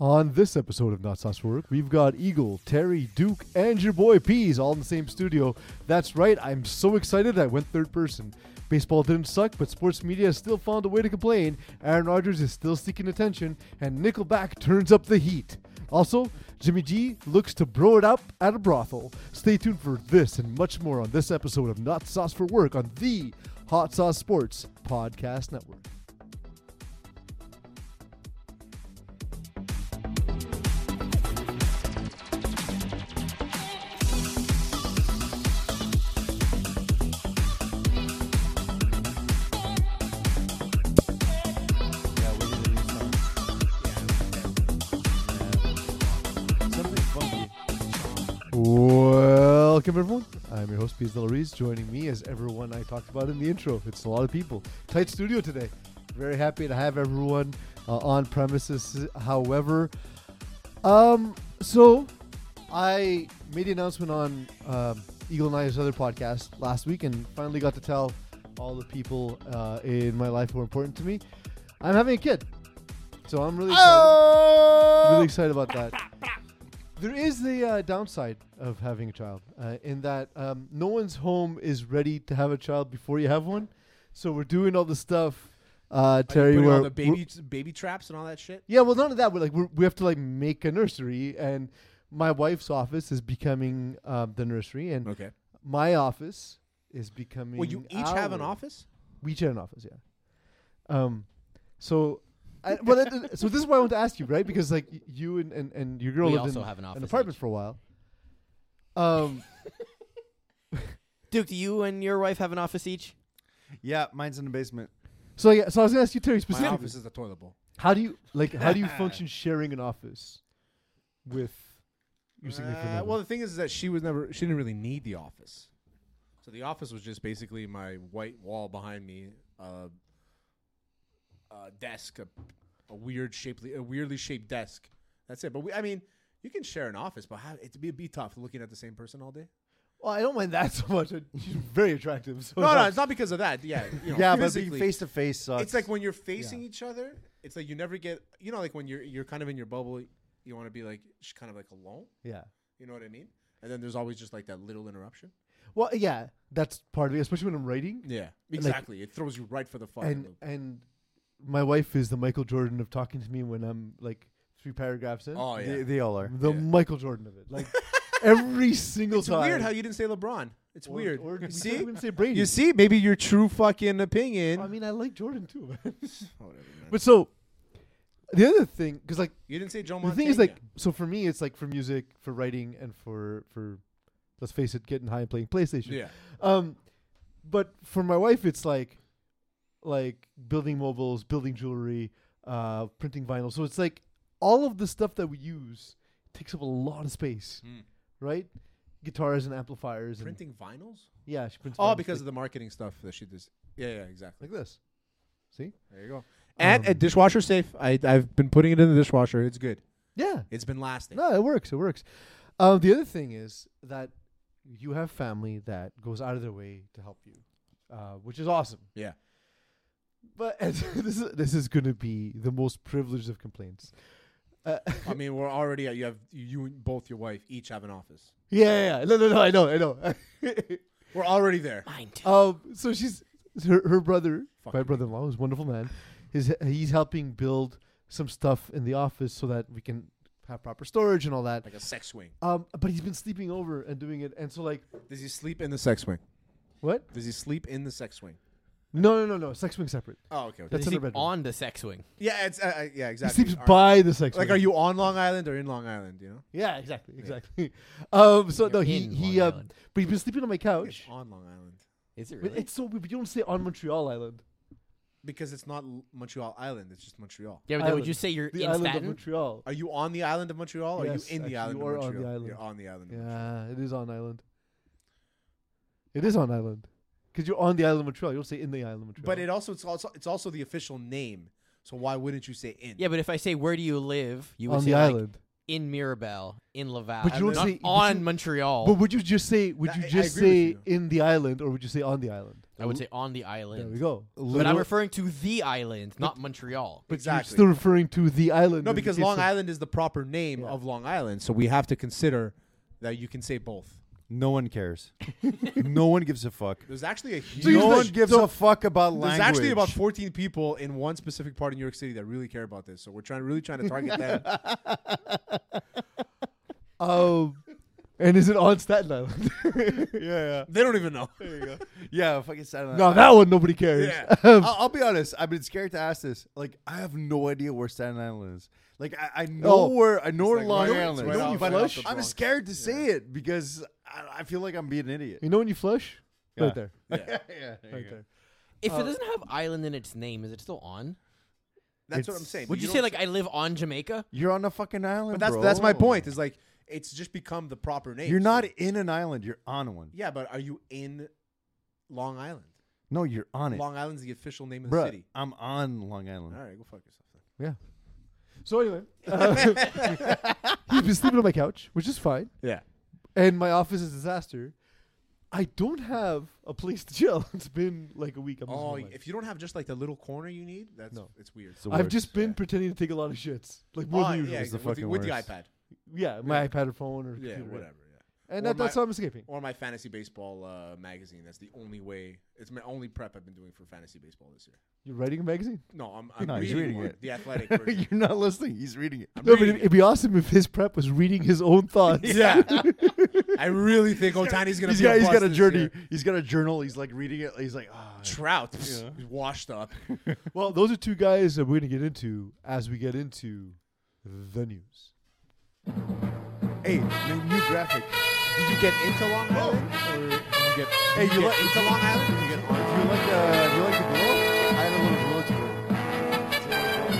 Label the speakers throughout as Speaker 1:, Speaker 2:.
Speaker 1: On this episode of Not Sauce for Work, we've got Eagle, Terry, Duke, and your boy Peas all in the same studio. That's right, I'm so excited I went third person. Baseball didn't suck, but sports media still found a way to complain. Aaron Rodgers is still seeking attention, and Nickelback turns up the heat. Also, Jimmy G looks to bro it up at a brothel. Stay tuned for this and much more on this episode of Not Sauce for Work on the Hot Sauce Sports Podcast Network.
Speaker 2: Yeah, we need a new song. Yeah. Something funky.
Speaker 1: Welcome, everyone. I'm your host, Piz Del Ruiz. Joining me is everyone I talked about in the intro. It's a lot of people. Tight studio today. Very happy to have everyone uh, on premises. However, um, so I made the announcement on um, Eagle and I's other podcast last week, and finally got to tell all the people uh, in my life who are important to me. I'm having a kid, so I'm really
Speaker 2: Oh,
Speaker 1: excited really excited about that. There is the uh, downside of having a child, uh, in that um, no one's home is ready to have a child before you have one. So we're doing all the stuff, uh,
Speaker 2: Are you
Speaker 1: Terry.
Speaker 2: putting
Speaker 1: where
Speaker 2: all the
Speaker 1: we're-
Speaker 2: baby baby traps and all that shit.
Speaker 1: yeah, well, none of that. We're like we're, we have to like make a nursery, and my wife's office is becoming um, the nursery, and
Speaker 2: Okay.
Speaker 1: my office is becoming.
Speaker 2: Well, you each have an
Speaker 1: our-
Speaker 2: office.
Speaker 1: we share an office, yeah. Um, so, I, well, that, so this is why I want to ask you, right? Because like y- you and, and, and your girl
Speaker 3: We
Speaker 1: lived
Speaker 3: also
Speaker 1: in
Speaker 3: have an office
Speaker 1: apartment for a while. Um,
Speaker 3: Duke, do you and your wife have an office each?
Speaker 4: Yeah, mine's in the basement.
Speaker 1: so yeah, so I was gonna ask you, Terry,
Speaker 2: My
Speaker 1: specifically,
Speaker 2: office is a toilet bowl.
Speaker 1: how do you like how do you function sharing an office with your significant
Speaker 2: Uh,
Speaker 1: other?
Speaker 2: well, the thing is, that she was never. She didn't really need the office. So the office was just basically my white wall behind me, uh, a desk, a, a weird shapely, a weirdly shaped desk. That's it. But we, I mean, you can share an office, but how, it'd be, be tough looking at the same person all day.
Speaker 1: Well, I don't mind that so much. I- She's very attractive. So
Speaker 2: No, no, it's not because of that. Yeah, you know,
Speaker 4: Yeah, but being
Speaker 2: physically,
Speaker 4: face to face sucks.
Speaker 2: it's like when you're facing each other. It's like you never get, you know, like when you're you're kind of in your bubble. You want to be like sh- kind of like alone.
Speaker 1: yeah.
Speaker 2: You know what I mean? And then there's always just like that little interruption.
Speaker 1: Well, yeah, that's part of it, especially when I'm writing.
Speaker 2: Yeah, exactly. it throws you right for the fucking
Speaker 1: and
Speaker 2: loop.
Speaker 1: and my wife is the Michael Jordan of talking to me when I'm like three paragraphs in.
Speaker 2: Oh yeah,
Speaker 4: they, they all are.
Speaker 1: the
Speaker 2: Yeah.
Speaker 1: Michael Jordan of it, like every single
Speaker 2: it's
Speaker 1: time.
Speaker 2: weird how you didn't say LeBron. It's
Speaker 1: Or-
Speaker 2: weird.
Speaker 1: Or
Speaker 2: you
Speaker 1: we
Speaker 2: see,
Speaker 1: can't even say Brady.
Speaker 2: you see, maybe your true fucking opinion.
Speaker 1: I mean, I like Jordan too. man.
Speaker 2: Whatever, man.
Speaker 1: but so the other thing, because like
Speaker 2: you didn't say Joe
Speaker 1: the
Speaker 2: Montana.
Speaker 1: thing is like, so for me, it's like for music, for writing, and for for let's face it, getting high and playing PlayStation.
Speaker 2: yeah,
Speaker 1: Um, but for my wife, it's like, like building mobiles, building jewelry, uh, printing vinyl. So it's like all of the stuff that we use takes up a lot of space,
Speaker 2: Mm.
Speaker 1: right? Guitars and amplifiers. And,
Speaker 2: printing vinyls.
Speaker 1: yeah, she prints.
Speaker 2: Oh,
Speaker 1: vinyls,
Speaker 2: because of
Speaker 1: like,
Speaker 2: the marketing stuff that she does. Yeah, yeah, exactly.
Speaker 1: like this. See?
Speaker 2: There you go. And
Speaker 1: Um,
Speaker 2: a dishwasher safe. I I've been putting it in the dishwasher. It's good.
Speaker 1: Yeah.
Speaker 2: It's been lasting.
Speaker 1: No, it works. It works. Um, the other thing is that you have family that goes out of their way to help you, uh, which is awesome.
Speaker 2: Yeah.
Speaker 1: But this is this is going to be the most privileged of complaints. Uh,
Speaker 2: I mean, we're already at, you have you and both your wife each have an office.
Speaker 1: yeah, yeah, yeah. No, no, no. I know. I know.
Speaker 2: We're already there.
Speaker 3: Mine too.
Speaker 1: Um, so she's her, her brother,
Speaker 2: Fuck
Speaker 1: my
Speaker 2: you.
Speaker 1: brother-in-law, who's a wonderful man. Is he's helping build some stuff in the office so that we can have proper storage and all that.
Speaker 2: Like a sex swing.
Speaker 1: Um, but he's been sleeping over and doing it, and so like
Speaker 2: Does he sleep in the sex swing?
Speaker 1: what?
Speaker 2: Does he sleep in the sex swing?
Speaker 1: No, no, no, no. Sex wing separate.
Speaker 2: Oh, okay. okay.
Speaker 1: That's
Speaker 3: They
Speaker 1: in her
Speaker 3: sleep
Speaker 1: bedroom.
Speaker 3: on the sex wing.
Speaker 2: yeah, it's uh, uh, yeah,
Speaker 1: He
Speaker 2: exactly.
Speaker 1: sleeps
Speaker 2: Are-
Speaker 1: by the sex.
Speaker 2: like,
Speaker 1: wing.
Speaker 2: are you on Long Island or in Long Island? You know,
Speaker 1: Yeah, exactly, exactly. um, so
Speaker 3: You're
Speaker 1: no, he
Speaker 3: in
Speaker 1: he.
Speaker 3: Long
Speaker 1: Um,
Speaker 3: Island.
Speaker 1: but he's been sleeping on my
Speaker 2: it's
Speaker 1: couch.
Speaker 2: on Long Island
Speaker 3: Is it
Speaker 1: But
Speaker 3: really?
Speaker 1: it's so weird. but You don't say on Montreal Island.
Speaker 2: because it's not L- Montreal Island. It's just Montreal.
Speaker 3: Yeah, but then
Speaker 1: island.
Speaker 3: would you say you're
Speaker 1: The
Speaker 3: in
Speaker 1: island of
Speaker 3: Staten?
Speaker 1: Montreal.
Speaker 2: Are you on the island of Montreal? or are you
Speaker 1: Yes,
Speaker 2: in
Speaker 1: actually,
Speaker 2: the island
Speaker 1: you
Speaker 2: of
Speaker 1: are on the
Speaker 2: Montreal?
Speaker 1: island.
Speaker 2: You're on the island. of Montreal.
Speaker 1: Yeah, it is on island. It is on island because you're on the island of Montreal. You don't say in the island of Montreal.
Speaker 2: But it also it's also it's also the official name. So why wouldn't you say in?
Speaker 3: Yeah, but if I say where do you live, you would
Speaker 1: on
Speaker 3: say
Speaker 1: the
Speaker 3: like,
Speaker 1: island.
Speaker 3: in Mirabel, in Laval.
Speaker 1: But you don't
Speaker 3: not
Speaker 1: say- but
Speaker 3: on
Speaker 1: you-
Speaker 3: Montreal.
Speaker 1: But would you just say? Would
Speaker 2: I-
Speaker 1: you
Speaker 2: I
Speaker 1: just
Speaker 2: agree with
Speaker 1: say
Speaker 2: you.
Speaker 1: in the island, or would you say on the island?
Speaker 3: I would
Speaker 1: Ooh.
Speaker 3: say on the island.
Speaker 1: There we go.
Speaker 3: But I'm
Speaker 4: Little-
Speaker 3: referring to the island, not Montreal.
Speaker 1: But
Speaker 2: Exactly.
Speaker 1: you're still referring to the island.
Speaker 2: No,
Speaker 1: in the
Speaker 2: because
Speaker 1: case
Speaker 2: Long
Speaker 1: of-
Speaker 2: Island is the proper name of Long Island, so we have to consider that you can say both.
Speaker 4: no one cares. no one gives a fuck.
Speaker 2: There's actually a huge.
Speaker 1: So here's
Speaker 4: no
Speaker 1: the
Speaker 4: one
Speaker 1: sh-
Speaker 4: gives
Speaker 1: so-
Speaker 4: a fuck about language.
Speaker 2: There's actually about 14 people in one specific part of New York City that really care about this. So we're trying, really trying to target that.
Speaker 1: Um, and is it on Staten Island?
Speaker 4: yeah,
Speaker 2: they don't even know.
Speaker 4: yeah, yeah. Fucking Staten Island.
Speaker 1: no, that one nobody cares.
Speaker 2: Yeah.
Speaker 4: I'll, I'll be honest. I've been scared to ask this. Like, I have no idea where Staten Island is. Like, I, I know
Speaker 1: Oh.
Speaker 4: where I know where
Speaker 2: like
Speaker 4: Long
Speaker 2: right- it's
Speaker 4: Island.
Speaker 2: right
Speaker 4: is,
Speaker 2: off-
Speaker 4: but
Speaker 2: right off the
Speaker 4: I'm
Speaker 2: Bronx.
Speaker 4: scared to say it because I, I feel like I'm being an idiot.
Speaker 1: You know when you flush?
Speaker 4: Yeah.
Speaker 1: Right there.
Speaker 2: Yeah.
Speaker 4: yeah,
Speaker 1: Right there.
Speaker 3: If
Speaker 1: uh,
Speaker 3: it doesn't have island in its name, is it still on?
Speaker 2: That's what
Speaker 1: It's-
Speaker 2: I'm saying. but
Speaker 3: Would you,
Speaker 2: don't
Speaker 3: say like I live on Jamaica?
Speaker 4: You're on a fucking island.
Speaker 2: But that's
Speaker 4: bro.
Speaker 2: that's my point. Is like it's just become the proper name.
Speaker 4: You're
Speaker 2: So-
Speaker 4: not in an island. You're on one.
Speaker 2: Yeah, but are you in Long Island?
Speaker 4: No, you're on it,
Speaker 2: Long Island's the official name of the
Speaker 4: Bruh,
Speaker 2: city.
Speaker 4: I'm on Long Island.
Speaker 2: All right, go fuck yourself. Then.
Speaker 1: So anyway, uh, he's been sleeping on my couch, which is fine.
Speaker 2: Yeah.
Speaker 1: And my office is a disaster. I don't have a place to chill. It's been like a week. I'm losing
Speaker 2: Oh,
Speaker 1: my mind.
Speaker 2: if you don't have just like the little corner you need, that's
Speaker 1: No.
Speaker 2: it's weird.
Speaker 4: It's the
Speaker 1: I've
Speaker 4: worst.
Speaker 1: just been
Speaker 2: yeah.
Speaker 1: pretending to take a lot of shits, like more
Speaker 2: Oh,
Speaker 1: than usual.
Speaker 2: yeah,
Speaker 1: Yeah,
Speaker 4: It's the
Speaker 2: with, the,
Speaker 4: fucking
Speaker 2: with the
Speaker 4: worst.
Speaker 2: iPad.
Speaker 1: my
Speaker 2: Yeah.
Speaker 1: iPad or phone or
Speaker 2: Yeah,
Speaker 1: computer, right?
Speaker 2: whatever. Yeah.
Speaker 1: And
Speaker 2: Or
Speaker 1: that, that's
Speaker 2: my-
Speaker 1: what I'm escaping.
Speaker 2: Or my fantasy baseball uh, magazine. That's the only way. It's my only prep I've been doing for fantasy baseball this year.
Speaker 1: You're writing a magazine?
Speaker 2: No, I'm, I'm
Speaker 4: No, he's
Speaker 2: reading,
Speaker 4: reading
Speaker 2: one,
Speaker 4: it.
Speaker 2: the athletic version.
Speaker 4: you're not listening. He's reading it.
Speaker 2: I'm
Speaker 1: No, but
Speaker 2: reading
Speaker 1: it'd, it'd be awesome if his prep was reading his own thoughts.
Speaker 2: it. yeah, I really think Otani's gonna.
Speaker 4: He's
Speaker 2: be
Speaker 4: got,
Speaker 2: a
Speaker 4: he's
Speaker 2: bust
Speaker 4: got a
Speaker 2: this
Speaker 4: journey.
Speaker 2: year.
Speaker 4: He's got a journal. He's like reading it. He's like, ah.
Speaker 2: Trout, he's washed up.
Speaker 1: Well, those are two guys that we're going to get into as we get into the news.
Speaker 4: Hey, new, new graphic.
Speaker 2: Did you get into Long Island? Or did Oh. you get,
Speaker 4: Hey,
Speaker 2: did
Speaker 4: you
Speaker 2: get
Speaker 4: like-
Speaker 2: into Long Island? Or did you get
Speaker 4: Do
Speaker 2: on?
Speaker 4: you like uh, do you like the blow? I had a little blow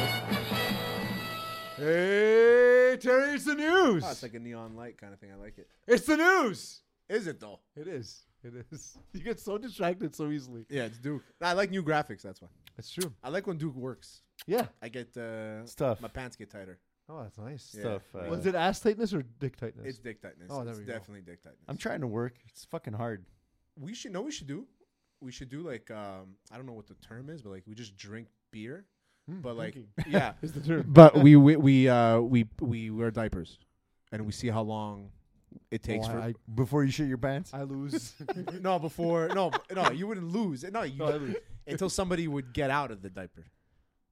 Speaker 4: to it.
Speaker 1: Hey, Terry, it's the news.
Speaker 2: Oh, it's like a neon light kind of thing. I like it.
Speaker 1: it's the news.
Speaker 2: Is it though?
Speaker 1: It is. It is. You get so distracted so easily.
Speaker 2: Yeah, it's Duke. No, I like new graphics. That's why.
Speaker 1: That's true.
Speaker 2: I like when Duke works.
Speaker 1: Yeah.
Speaker 2: I get uh,
Speaker 4: It's tough.
Speaker 2: My pants get tighter.
Speaker 1: Oh, that's nice.
Speaker 2: Yeah.
Speaker 4: Stuff. Uh,
Speaker 1: Was it ass tightness or dick tightness?
Speaker 2: It's dick tightness.
Speaker 1: Oh, there
Speaker 2: it's
Speaker 1: we go.
Speaker 2: definitely dick tightness.
Speaker 4: I'm trying to work. It's fucking hard.
Speaker 2: we should know what we should do. We should do like um I don't know what the term is, but like we just drink beer, but like
Speaker 1: drinking.
Speaker 2: yeah.
Speaker 1: is the term.
Speaker 2: Hmm, But we we we uh we we wear diapers, and we see how long it takes
Speaker 1: Oh,
Speaker 2: for.
Speaker 1: I,
Speaker 4: Before you shit your pants.
Speaker 1: I lose.
Speaker 2: no, before no no you wouldn't lose no you
Speaker 1: No, I lose.
Speaker 2: until somebody would get out of the diaper.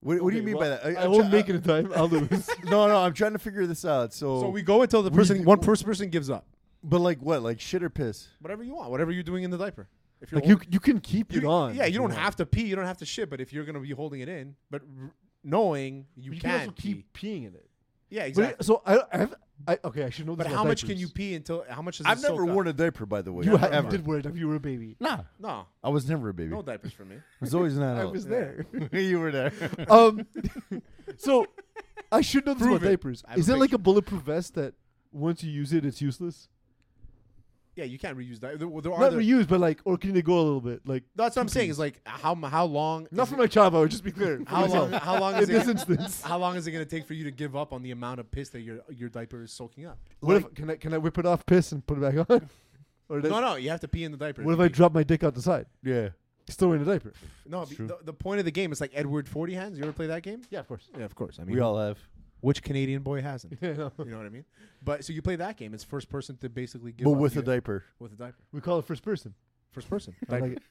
Speaker 4: What, what do you
Speaker 1: Okay,
Speaker 4: mean by
Speaker 1: well,
Speaker 4: that?
Speaker 1: I,
Speaker 4: I'm
Speaker 1: won't
Speaker 4: try-
Speaker 1: make it in time. I'll lose.
Speaker 4: No, no. I'm trying to figure this out. So,
Speaker 2: So we go until the person one first person gives up.
Speaker 4: but like what? Like shit or piss?
Speaker 2: Whatever you want, whatever you're doing in the diaper. If
Speaker 1: like
Speaker 2: hol-
Speaker 1: you, you can keep it
Speaker 2: you-
Speaker 1: on.
Speaker 2: yeah,
Speaker 1: if
Speaker 2: you don't
Speaker 1: want.
Speaker 2: have to pee, you don't have to shit, but if you're gonna be holding it in, but r- knowing you,
Speaker 1: You can,
Speaker 2: can,
Speaker 1: also
Speaker 2: pee.
Speaker 1: keep peeing in it.
Speaker 2: yeah
Speaker 1: But
Speaker 2: exactly.
Speaker 1: it- so I, I have. I, okay, I should know this.
Speaker 2: But
Speaker 1: about
Speaker 2: how much can
Speaker 1: diapers.
Speaker 2: you pee until how much does
Speaker 4: I've
Speaker 2: it
Speaker 4: never
Speaker 2: soak up?
Speaker 4: worn a diaper, by the way.
Speaker 1: You, ha- you
Speaker 4: ever.
Speaker 1: did wear it if you were a baby.
Speaker 4: Nah,
Speaker 2: No,
Speaker 4: I was never a baby.
Speaker 2: no diapers for me.
Speaker 4: I was always an adult.
Speaker 1: I was there.
Speaker 4: you were there.
Speaker 1: um, so I should know this
Speaker 2: Prove
Speaker 1: about
Speaker 2: it.
Speaker 1: diapers.
Speaker 2: I have
Speaker 1: Is
Speaker 2: a
Speaker 1: it like a bulletproof vest that once you use it, it's useless?
Speaker 2: Yeah, you can't reuse that. There, there are
Speaker 1: Not
Speaker 2: the,
Speaker 1: reused, but like, or can they go a little bit? Like,
Speaker 2: that's what I'm saying. Is like how m- how long?
Speaker 1: not
Speaker 2: is
Speaker 1: for
Speaker 2: it-
Speaker 1: my child, I would just be clear. For
Speaker 2: how long?
Speaker 1: myself.
Speaker 2: How long
Speaker 1: In
Speaker 2: is
Speaker 1: this
Speaker 2: it?
Speaker 1: instance,
Speaker 2: How long is it going to take for you to give up on the amount of piss that your your diaper is soaking up?
Speaker 1: what if can I can I whip it off, piss, and put it back on? or that-
Speaker 2: No, no, you have to pee in the diaper.
Speaker 1: what if I drop my dick out the side?
Speaker 4: yeah.
Speaker 1: Still in a diaper?
Speaker 2: No, be-
Speaker 4: true.
Speaker 2: the, the point of the game is like Edward Forty Hands. You ever play that game?
Speaker 1: Yeah, of course.
Speaker 2: Yeah, of course. I mean,
Speaker 4: We all have.
Speaker 2: which Canadian boy hasn't?
Speaker 1: Yeah, no.
Speaker 2: you know what I mean? But so you play that game. It's first person to basically give
Speaker 4: But
Speaker 2: up
Speaker 4: with a
Speaker 2: your-
Speaker 4: diaper.
Speaker 2: with a diaper.
Speaker 1: We call it first person.
Speaker 2: First person.
Speaker 1: I
Speaker 2: Diaper.
Speaker 1: like it.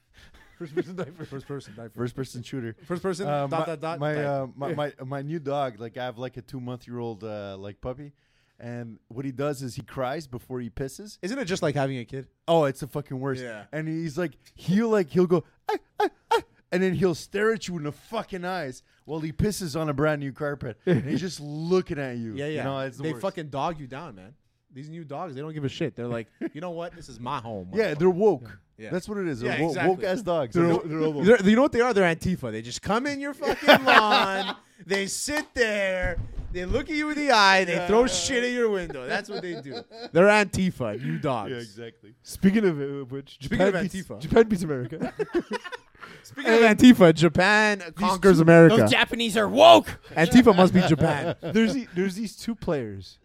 Speaker 1: First person diaper.
Speaker 2: First person diaper. First,
Speaker 4: First person shooter.
Speaker 2: person.
Speaker 4: Uh,
Speaker 2: dot
Speaker 4: my,
Speaker 2: dot dot.
Speaker 4: My,
Speaker 2: diaper.
Speaker 4: uh, my, my my new dog, like I have like a two month year old uh, like puppy, and what he does is he cries before he pisses.
Speaker 2: Isn't it just like having a kid?
Speaker 4: Oh, it's the fucking worst.
Speaker 2: Yeah.
Speaker 4: And he's like he'll like he'll go, "Ah, ah, ah," and then he'll stare at you in the fucking eyes while he pisses on a brand new carpet, and he's just looking at you.
Speaker 2: Yeah, yeah.
Speaker 4: You know, it's the
Speaker 2: they
Speaker 4: worst.
Speaker 2: fucking dog you down, man. These new dogs, they don't give a shit. They're like, you know what? This is my home.
Speaker 4: yeah, they're woke.
Speaker 2: Yeah.
Speaker 4: That's what it is.
Speaker 2: Yeah,
Speaker 4: They're wo-
Speaker 2: exactly.
Speaker 4: woke ass dogs.
Speaker 1: They're,
Speaker 4: Like,
Speaker 1: o- they're oval.
Speaker 2: They're- you know what they are? They're Antifa. They just come in your fucking lawn. they sit there. They look at you in the eye. They throw shit at your window. That's what they do. They're Antifa, new dogs.
Speaker 4: yeah, exactly.
Speaker 1: Speaking of uh, which, Japan,
Speaker 2: of
Speaker 1: beats,
Speaker 2: Antifa.
Speaker 1: Japan beats America.
Speaker 2: Speaking of Antifa, Japan conquers America.
Speaker 3: Those Japanese are woke.
Speaker 2: Antifa must be Japan.
Speaker 1: there's the, there's these two players.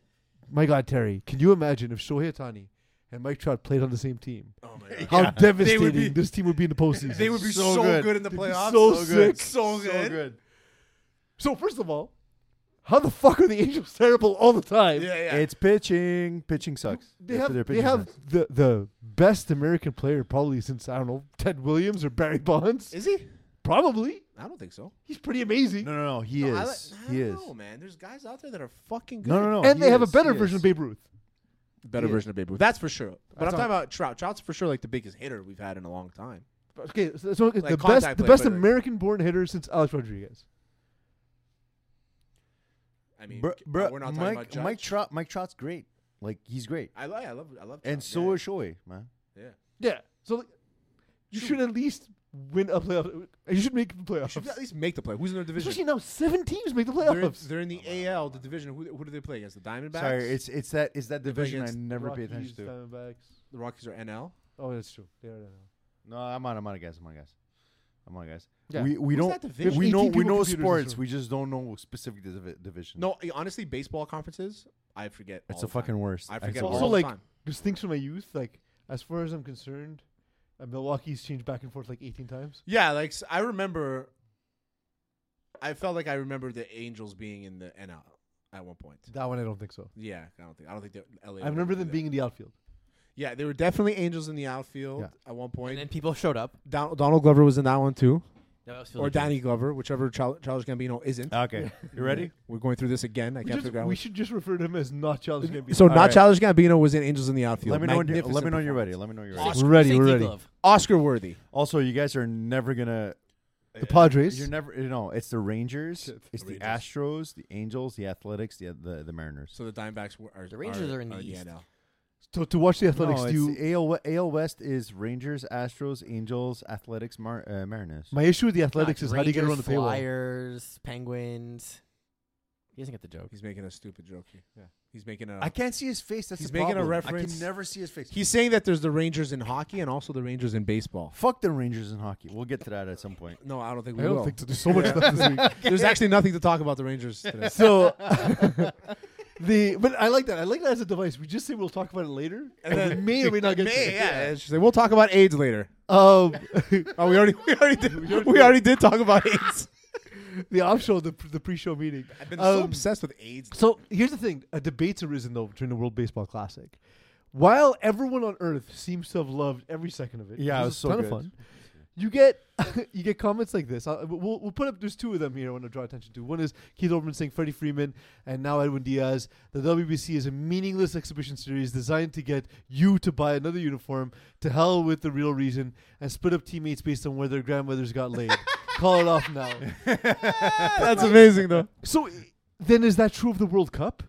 Speaker 1: My God, Terry, can you imagine if Shohei Otani and Mike Trout played on the same team.
Speaker 2: Oh my god.
Speaker 1: How
Speaker 4: Yeah.
Speaker 1: devastating
Speaker 2: be-
Speaker 1: this team would be in the postseason.
Speaker 2: They would be
Speaker 4: So
Speaker 2: so,
Speaker 4: good.
Speaker 2: good. in the
Speaker 1: They'd be
Speaker 2: playoffs.
Speaker 1: so
Speaker 2: good.
Speaker 1: sick.
Speaker 2: So good.
Speaker 1: so first of all, how the fuck are the Angels terrible all the time?
Speaker 2: Yeah, yeah.
Speaker 4: It's pitching. Pitching sucks.
Speaker 1: They
Speaker 4: That's what their
Speaker 1: have, they
Speaker 4: pitching
Speaker 1: have
Speaker 4: sucks.
Speaker 1: the, the best American player probably since I don't know Ted Williams or Barry Bonds.
Speaker 2: Is he?
Speaker 1: Probably
Speaker 2: I don't think so.
Speaker 1: he's pretty amazing.
Speaker 4: No, no, no. He
Speaker 2: No, I
Speaker 4: is.
Speaker 2: like- I
Speaker 4: he
Speaker 2: don't
Speaker 4: is.
Speaker 2: know, man. There's guys out there that are fucking good.
Speaker 4: No, no, no.
Speaker 1: and
Speaker 4: he
Speaker 1: they have a
Speaker 4: is,
Speaker 1: better
Speaker 4: he
Speaker 1: version of
Speaker 4: is.
Speaker 1: Babe Ruth.
Speaker 2: Better
Speaker 1: Yeah.
Speaker 2: version of Babe Ruth. That's for sure. But
Speaker 1: That's
Speaker 2: I'm
Speaker 1: all-
Speaker 2: talking about Trout. Trout's for sure like the biggest hitter we've had in a long time.
Speaker 1: Okay, so, so the
Speaker 2: contact
Speaker 1: best the
Speaker 2: player,
Speaker 1: best
Speaker 2: but, like-
Speaker 1: American-born hitter since Alex Rodriguez.
Speaker 2: I mean,
Speaker 4: Bru-
Speaker 2: c-
Speaker 4: bru-
Speaker 2: we're not talking
Speaker 4: Mike,
Speaker 2: about Judge.
Speaker 4: Mike Trout. Mike Trout's great. Like he's great.
Speaker 2: I, li- I love, I love,
Speaker 4: And
Speaker 2: Trout,
Speaker 4: so
Speaker 2: yeah.
Speaker 4: is Shoei, man.
Speaker 2: yeah.
Speaker 1: Yeah, so like, you
Speaker 2: Shoot.
Speaker 1: should at least win a playoff. You should make the
Speaker 2: You
Speaker 1: playoffs.
Speaker 2: should at least make the play. Who's in their division?
Speaker 1: Especially now, seven teams make the
Speaker 2: They're in,
Speaker 1: playoffs.
Speaker 2: they're in the AL, the division. Who, who do they play against? The Diamondbacks.
Speaker 4: Sorry, it's it's that it's that
Speaker 2: They play
Speaker 4: division I
Speaker 2: against
Speaker 4: never pay
Speaker 1: Rockies,
Speaker 4: attention to.
Speaker 1: Diamondbacks.
Speaker 2: the Rockies are NL.
Speaker 1: Oh, that's true. They are in NL.
Speaker 4: No, I'm on. I'm on a guess. I'm on a guess. I'm on a guess.
Speaker 1: Yeah.
Speaker 4: We we
Speaker 2: Who's that
Speaker 4: don't
Speaker 2: division?
Speaker 4: we know
Speaker 1: 18
Speaker 4: we
Speaker 1: people computers in
Speaker 4: know
Speaker 1: this
Speaker 4: sports.
Speaker 1: room.
Speaker 4: We just don't know specific div- division.
Speaker 2: No, honestly, baseball conferences. I forget.
Speaker 4: it's
Speaker 2: all
Speaker 4: the
Speaker 2: the time.
Speaker 4: fucking worst.
Speaker 2: I forget.
Speaker 1: It's
Speaker 2: all
Speaker 1: also
Speaker 2: the
Speaker 1: like-
Speaker 2: time.
Speaker 1: Just things from my youth. Like as far as I'm concerned, uh, Milwaukee's changed back and forth like 18 times.
Speaker 2: Yeah, like s- I remember. I felt like I remember the Angels being in the NL at one point.
Speaker 1: That one, I don't think so.
Speaker 2: Yeah, I don't think I don't think they're LA.
Speaker 1: I
Speaker 2: would
Speaker 1: remember
Speaker 2: do
Speaker 1: them
Speaker 2: that.
Speaker 1: being in the outfield.
Speaker 2: Yeah, they were definitely Angels in the outfield
Speaker 4: Yeah.
Speaker 2: at one
Speaker 3: And then
Speaker 2: point.
Speaker 3: people showed up.
Speaker 2: Don- Donald Glover was in that one too,
Speaker 3: That was
Speaker 2: or Danny Glover, whichever Char- Charles Gambino isn't.
Speaker 4: Okay, you ready?
Speaker 2: We're going through this again. I
Speaker 1: We,
Speaker 2: can't
Speaker 1: just-
Speaker 2: figure out.
Speaker 1: we
Speaker 2: which-
Speaker 1: should just refer to him as not Charles Gambino.
Speaker 2: so
Speaker 4: All
Speaker 2: not
Speaker 4: right.
Speaker 2: Charles Gambino was in Angels in the outfield.
Speaker 4: Let me know. When you, let me
Speaker 2: Magnificent
Speaker 4: know when you're ready.
Speaker 2: performance.
Speaker 4: Let me know when you're
Speaker 1: Awesome.
Speaker 4: ready.
Speaker 1: We're ready, we're ready.
Speaker 2: Oscar worthy.
Speaker 4: Also, you guys are never gonna.
Speaker 1: the Padres.
Speaker 4: You're never. You know, it's the Rangers.
Speaker 1: Shit.
Speaker 4: It's the,
Speaker 2: The
Speaker 4: Astros, the Angels, the Athletics, the the, the Mariners.
Speaker 2: So the Diamondbacks were, are
Speaker 3: The Rangers are in the East.
Speaker 2: NL.
Speaker 1: So to watch the Athletics,
Speaker 4: no,
Speaker 1: do you,
Speaker 4: it's AL, we- AL West is Rangers, Astros, Angels, Athletics, Mar, uh, Mariners.
Speaker 1: my issue with the Athletics is how do you get around the paywall?
Speaker 3: Flyers, Penguins. He doesn't get the joke.
Speaker 2: He's making a stupid joke here.
Speaker 1: Yeah.
Speaker 2: He's making a.
Speaker 4: I can't see his face. That's
Speaker 2: He's
Speaker 4: the
Speaker 2: making a
Speaker 4: problem. I
Speaker 2: reference.
Speaker 4: can never see his face.
Speaker 2: He's saying that there's the Rangers in hockey and also the Rangers in baseball.
Speaker 4: Fuck the Rangers in hockey. We'll get to that at some point.
Speaker 2: No, I don't think
Speaker 1: I
Speaker 2: we
Speaker 1: don't
Speaker 2: will.
Speaker 1: think so. There's so much stuff this week.
Speaker 2: There's actually nothing to talk about the Rangers today.
Speaker 1: So the but I like that. I like that as a device. We just say we'll talk about it later, and, we may or may not get to it.
Speaker 2: May, yeah. it's just like, we'll talk about AIDS later.
Speaker 1: Um,
Speaker 2: Oh, we already we already did, we already did talk about AIDS. Um,
Speaker 1: the off show, the the pre-show meeting.
Speaker 2: I've been
Speaker 1: so
Speaker 2: so
Speaker 1: obsessed
Speaker 2: obsessed with AIDS.
Speaker 1: So here's the thing: a debate's arisen though during the World Baseball Classic. While everyone on Earth seems to have loved every second of it,
Speaker 4: Yeah,
Speaker 1: which
Speaker 4: it
Speaker 1: was
Speaker 4: was so
Speaker 1: a ton
Speaker 4: good.
Speaker 1: of fun. You get you get comments like this. I'll, we'll we'll put up. There's two of them here. I want to draw attention to. One is Keith Olbermann saying Freddie Freeman and now Edwin Diaz. The WBC is a meaningless exhibition series designed to get you to buy another uniform. To hell with the real reason and split up teammates based on where their grandmothers got laid. Call it off now.
Speaker 2: That's amazing though.
Speaker 1: So then, is that true of the World Cup?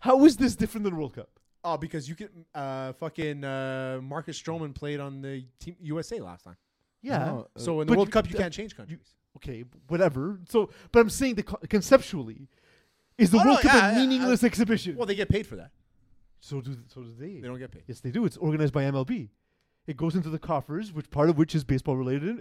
Speaker 1: How is this different than World Cup?
Speaker 2: Oh, because you can uh, fucking uh, Marcus Stroman played on the team USA last time.
Speaker 1: Yeah.
Speaker 4: No, uh,
Speaker 2: So in
Speaker 1: But
Speaker 2: the World
Speaker 1: you-
Speaker 2: Cup, you
Speaker 1: uh,
Speaker 2: can't change countries.
Speaker 1: Okay, whatever. So, but I'm saying the co- conceptually, is the
Speaker 2: Oh, no,
Speaker 1: World Cup
Speaker 2: yeah,
Speaker 1: a
Speaker 2: yeah,
Speaker 1: meaningless exhibition?
Speaker 2: well, they get paid for that.
Speaker 1: so do so do they.
Speaker 2: They don't get paid.
Speaker 1: yes, they do. It's organized by MLB. It goes into the coffers, which part of which is baseball related,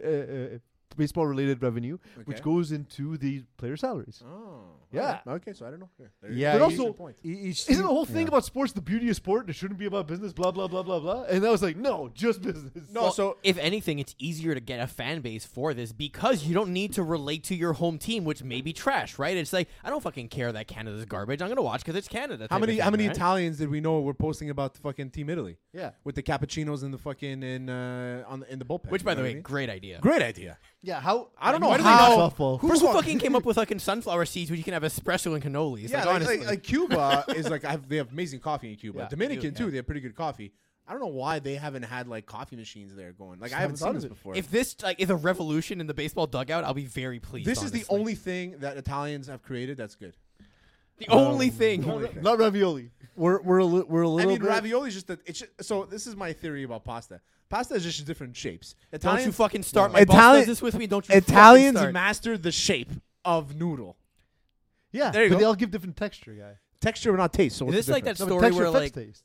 Speaker 1: uh, uh, baseball related revenue, which
Speaker 2: Okay.
Speaker 1: goes into the player salaries.
Speaker 2: Oh,
Speaker 1: Yeah.
Speaker 2: alright. Okay, so I don't know. There you
Speaker 4: Yeah,
Speaker 2: go.
Speaker 1: But
Speaker 2: Decent
Speaker 1: also-
Speaker 2: point.
Speaker 4: E- each
Speaker 1: Isn't
Speaker 4: team-
Speaker 1: the whole thing
Speaker 4: Yeah.
Speaker 1: about sports the beauty of sport? and It shouldn't be about business. Blah blah blah blah blah. And I was like, no, just business.
Speaker 2: No, so
Speaker 3: if anything, it's easier to get a fan base for this because you don't need to relate to your home team, which may be trash, right? It's like I don't fucking care that Canada's garbage. I'm gonna watch because it's Canada.
Speaker 2: how
Speaker 3: type of
Speaker 2: many
Speaker 3: thing,
Speaker 2: how many
Speaker 3: right?
Speaker 2: Italians did we know were posting about the fucking Team Italy
Speaker 1: Yeah.
Speaker 2: with the cappuccinos in the fucking in uh, on the, in the bullpen?
Speaker 3: Which, by
Speaker 2: you
Speaker 3: the
Speaker 2: know
Speaker 3: way,
Speaker 2: what I mean?
Speaker 3: great idea.
Speaker 2: great idea.
Speaker 1: Yeah. How
Speaker 2: I don't know
Speaker 3: Why do they
Speaker 2: how.
Speaker 1: not- Softball.
Speaker 3: Who,
Speaker 2: First
Speaker 3: who
Speaker 2: of all-
Speaker 3: fucking came up with fucking sunflower seeds when you can have espresso and cannolis?
Speaker 2: Yeah,
Speaker 3: like,
Speaker 2: like,
Speaker 3: honestly,
Speaker 2: like, like Cuba is like I have, they have amazing coffee in Cuba.
Speaker 1: Yeah, they
Speaker 2: Dominican
Speaker 3: do,
Speaker 2: too,
Speaker 3: yeah.
Speaker 2: they have pretty good coffee. I don't know why they haven't had like coffee machines there going. Like I
Speaker 1: haven't
Speaker 2: haven't
Speaker 1: thought
Speaker 2: seen
Speaker 1: of
Speaker 2: this
Speaker 1: it.
Speaker 2: before.
Speaker 3: if this like is a revolution in the baseball dugout, I'll be very pleased.
Speaker 2: this is the
Speaker 3: honestly.
Speaker 2: only thing that Italians have created that's good.
Speaker 3: the only
Speaker 2: Um,
Speaker 3: thing.
Speaker 1: Not ravioli.
Speaker 4: We're we're a, li- we're a
Speaker 2: I
Speaker 4: little
Speaker 2: mean,
Speaker 4: bit.
Speaker 2: ravioli is just that. It's ju- so. This is my theory about pasta. Pasta is just different shapes.
Speaker 3: Don't
Speaker 2: Italians,
Speaker 3: you fucking start my boss
Speaker 2: Italian-
Speaker 3: does this with me. Don't you fucking
Speaker 2: Italians
Speaker 3: start.
Speaker 2: mastered the shape of noodle
Speaker 1: Yeah.
Speaker 2: There you
Speaker 1: but
Speaker 2: go.
Speaker 1: they all give different texture, guy.
Speaker 2: texture, not taste. So
Speaker 3: Is
Speaker 2: what's
Speaker 3: this
Speaker 2: the
Speaker 3: like that
Speaker 2: difference?
Speaker 1: No, but
Speaker 3: story
Speaker 1: texture
Speaker 3: where
Speaker 1: affects
Speaker 3: like
Speaker 1: taste.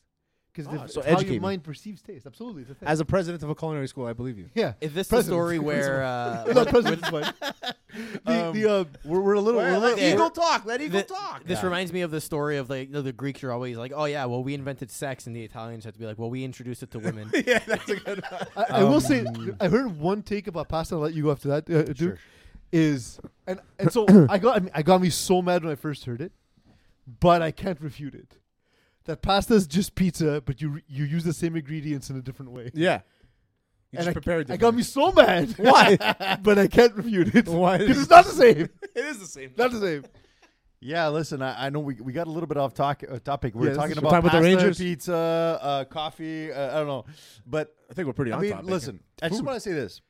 Speaker 1: because
Speaker 3: Oh,
Speaker 2: Ah,
Speaker 1: so
Speaker 2: so
Speaker 1: how
Speaker 2: educate me.
Speaker 1: your mind perceives taste. Absolutely, it's a thing.
Speaker 2: As a president of a culinary school, I believe you.
Speaker 1: yeah,
Speaker 3: Is this the
Speaker 1: President.
Speaker 3: story where Um, uh,
Speaker 1: Not president's wife. The, the uh, we're, we're a little. we're a little-
Speaker 3: the-
Speaker 2: Eagle talk. Let Eagle
Speaker 3: Th-
Speaker 2: talk.
Speaker 3: This reminds me of the story of like you know, the Greeks are always like, oh yeah, well we invented sex, and the Italians have to be like, well we introduced it to women.
Speaker 2: yeah, that's a good one.
Speaker 1: I, I will say,
Speaker 3: Um,
Speaker 1: I heard one take about pasta. I'll let you go after that, uh, Duke. Is and and so I got I, mean, I got me so mad when I first heard it, but I can't refute it. That pasta is just pizza, but you re- you use the same ingredients in a different way.
Speaker 2: Yeah. You
Speaker 1: And
Speaker 2: just
Speaker 1: I,
Speaker 2: prepared
Speaker 1: I
Speaker 2: it.
Speaker 1: got me so mad. Why? but I can't refute it.
Speaker 2: Why?
Speaker 1: Because it's not the same.
Speaker 2: it is the same.
Speaker 1: Not the same.
Speaker 4: Yeah, listen, I, I know we, we got a little bit off talk, uh, topic. We
Speaker 1: Yeah,
Speaker 4: We're
Speaker 1: this
Speaker 4: talking
Speaker 1: is
Speaker 4: about,
Speaker 2: true. Talking about the
Speaker 4: pasta,
Speaker 2: Rangers.
Speaker 4: pizza, uh, coffee. Uh, I don't know, but
Speaker 2: I think we're pretty
Speaker 4: I
Speaker 2: on
Speaker 4: mean,
Speaker 2: topic.
Speaker 4: listen, I just
Speaker 2: Food.
Speaker 4: want to say this.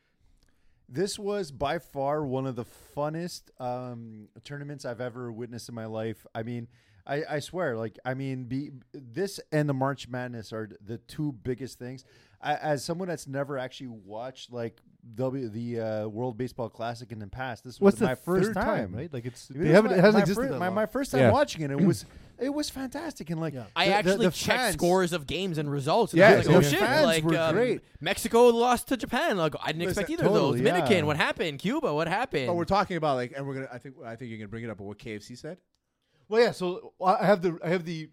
Speaker 4: This was by far one of the funnest um, tournaments I've ever witnessed in my life. I mean, I, I swear, like, I mean, be, this and the March Madness are the two biggest things. I, as someone that's never actually watched like W the uh, World Baseball Classic in the past, this was
Speaker 1: What's the
Speaker 4: my first
Speaker 1: third time, right? Like, it's-
Speaker 4: It
Speaker 1: they
Speaker 4: was
Speaker 1: haven't-
Speaker 4: my-
Speaker 1: it hasn't
Speaker 4: my
Speaker 1: existed
Speaker 4: fir-
Speaker 1: that
Speaker 4: my,
Speaker 1: long. Mm.
Speaker 4: my first time
Speaker 2: Yeah.
Speaker 4: watching it, it was it was fantastic and like
Speaker 3: I
Speaker 4: the- the-
Speaker 3: actually
Speaker 4: the
Speaker 3: checked
Speaker 4: fans-
Speaker 3: scores of games and results. And
Speaker 2: Yeah,
Speaker 3: I was like, oh
Speaker 2: the
Speaker 3: shit!
Speaker 4: fans
Speaker 3: like
Speaker 4: were
Speaker 3: um,
Speaker 4: great.
Speaker 3: Mexico lost to Japan. Like I didn't expect
Speaker 2: Listen,
Speaker 3: either of those.
Speaker 4: totally,
Speaker 3: Dominican,
Speaker 4: yeah.
Speaker 3: what happened? Cuba, what happened?
Speaker 2: But we're talking about like, and we're gonna. I think I think you can bring it up. But what KFC said?
Speaker 1: Well, yeah. So I have the I have the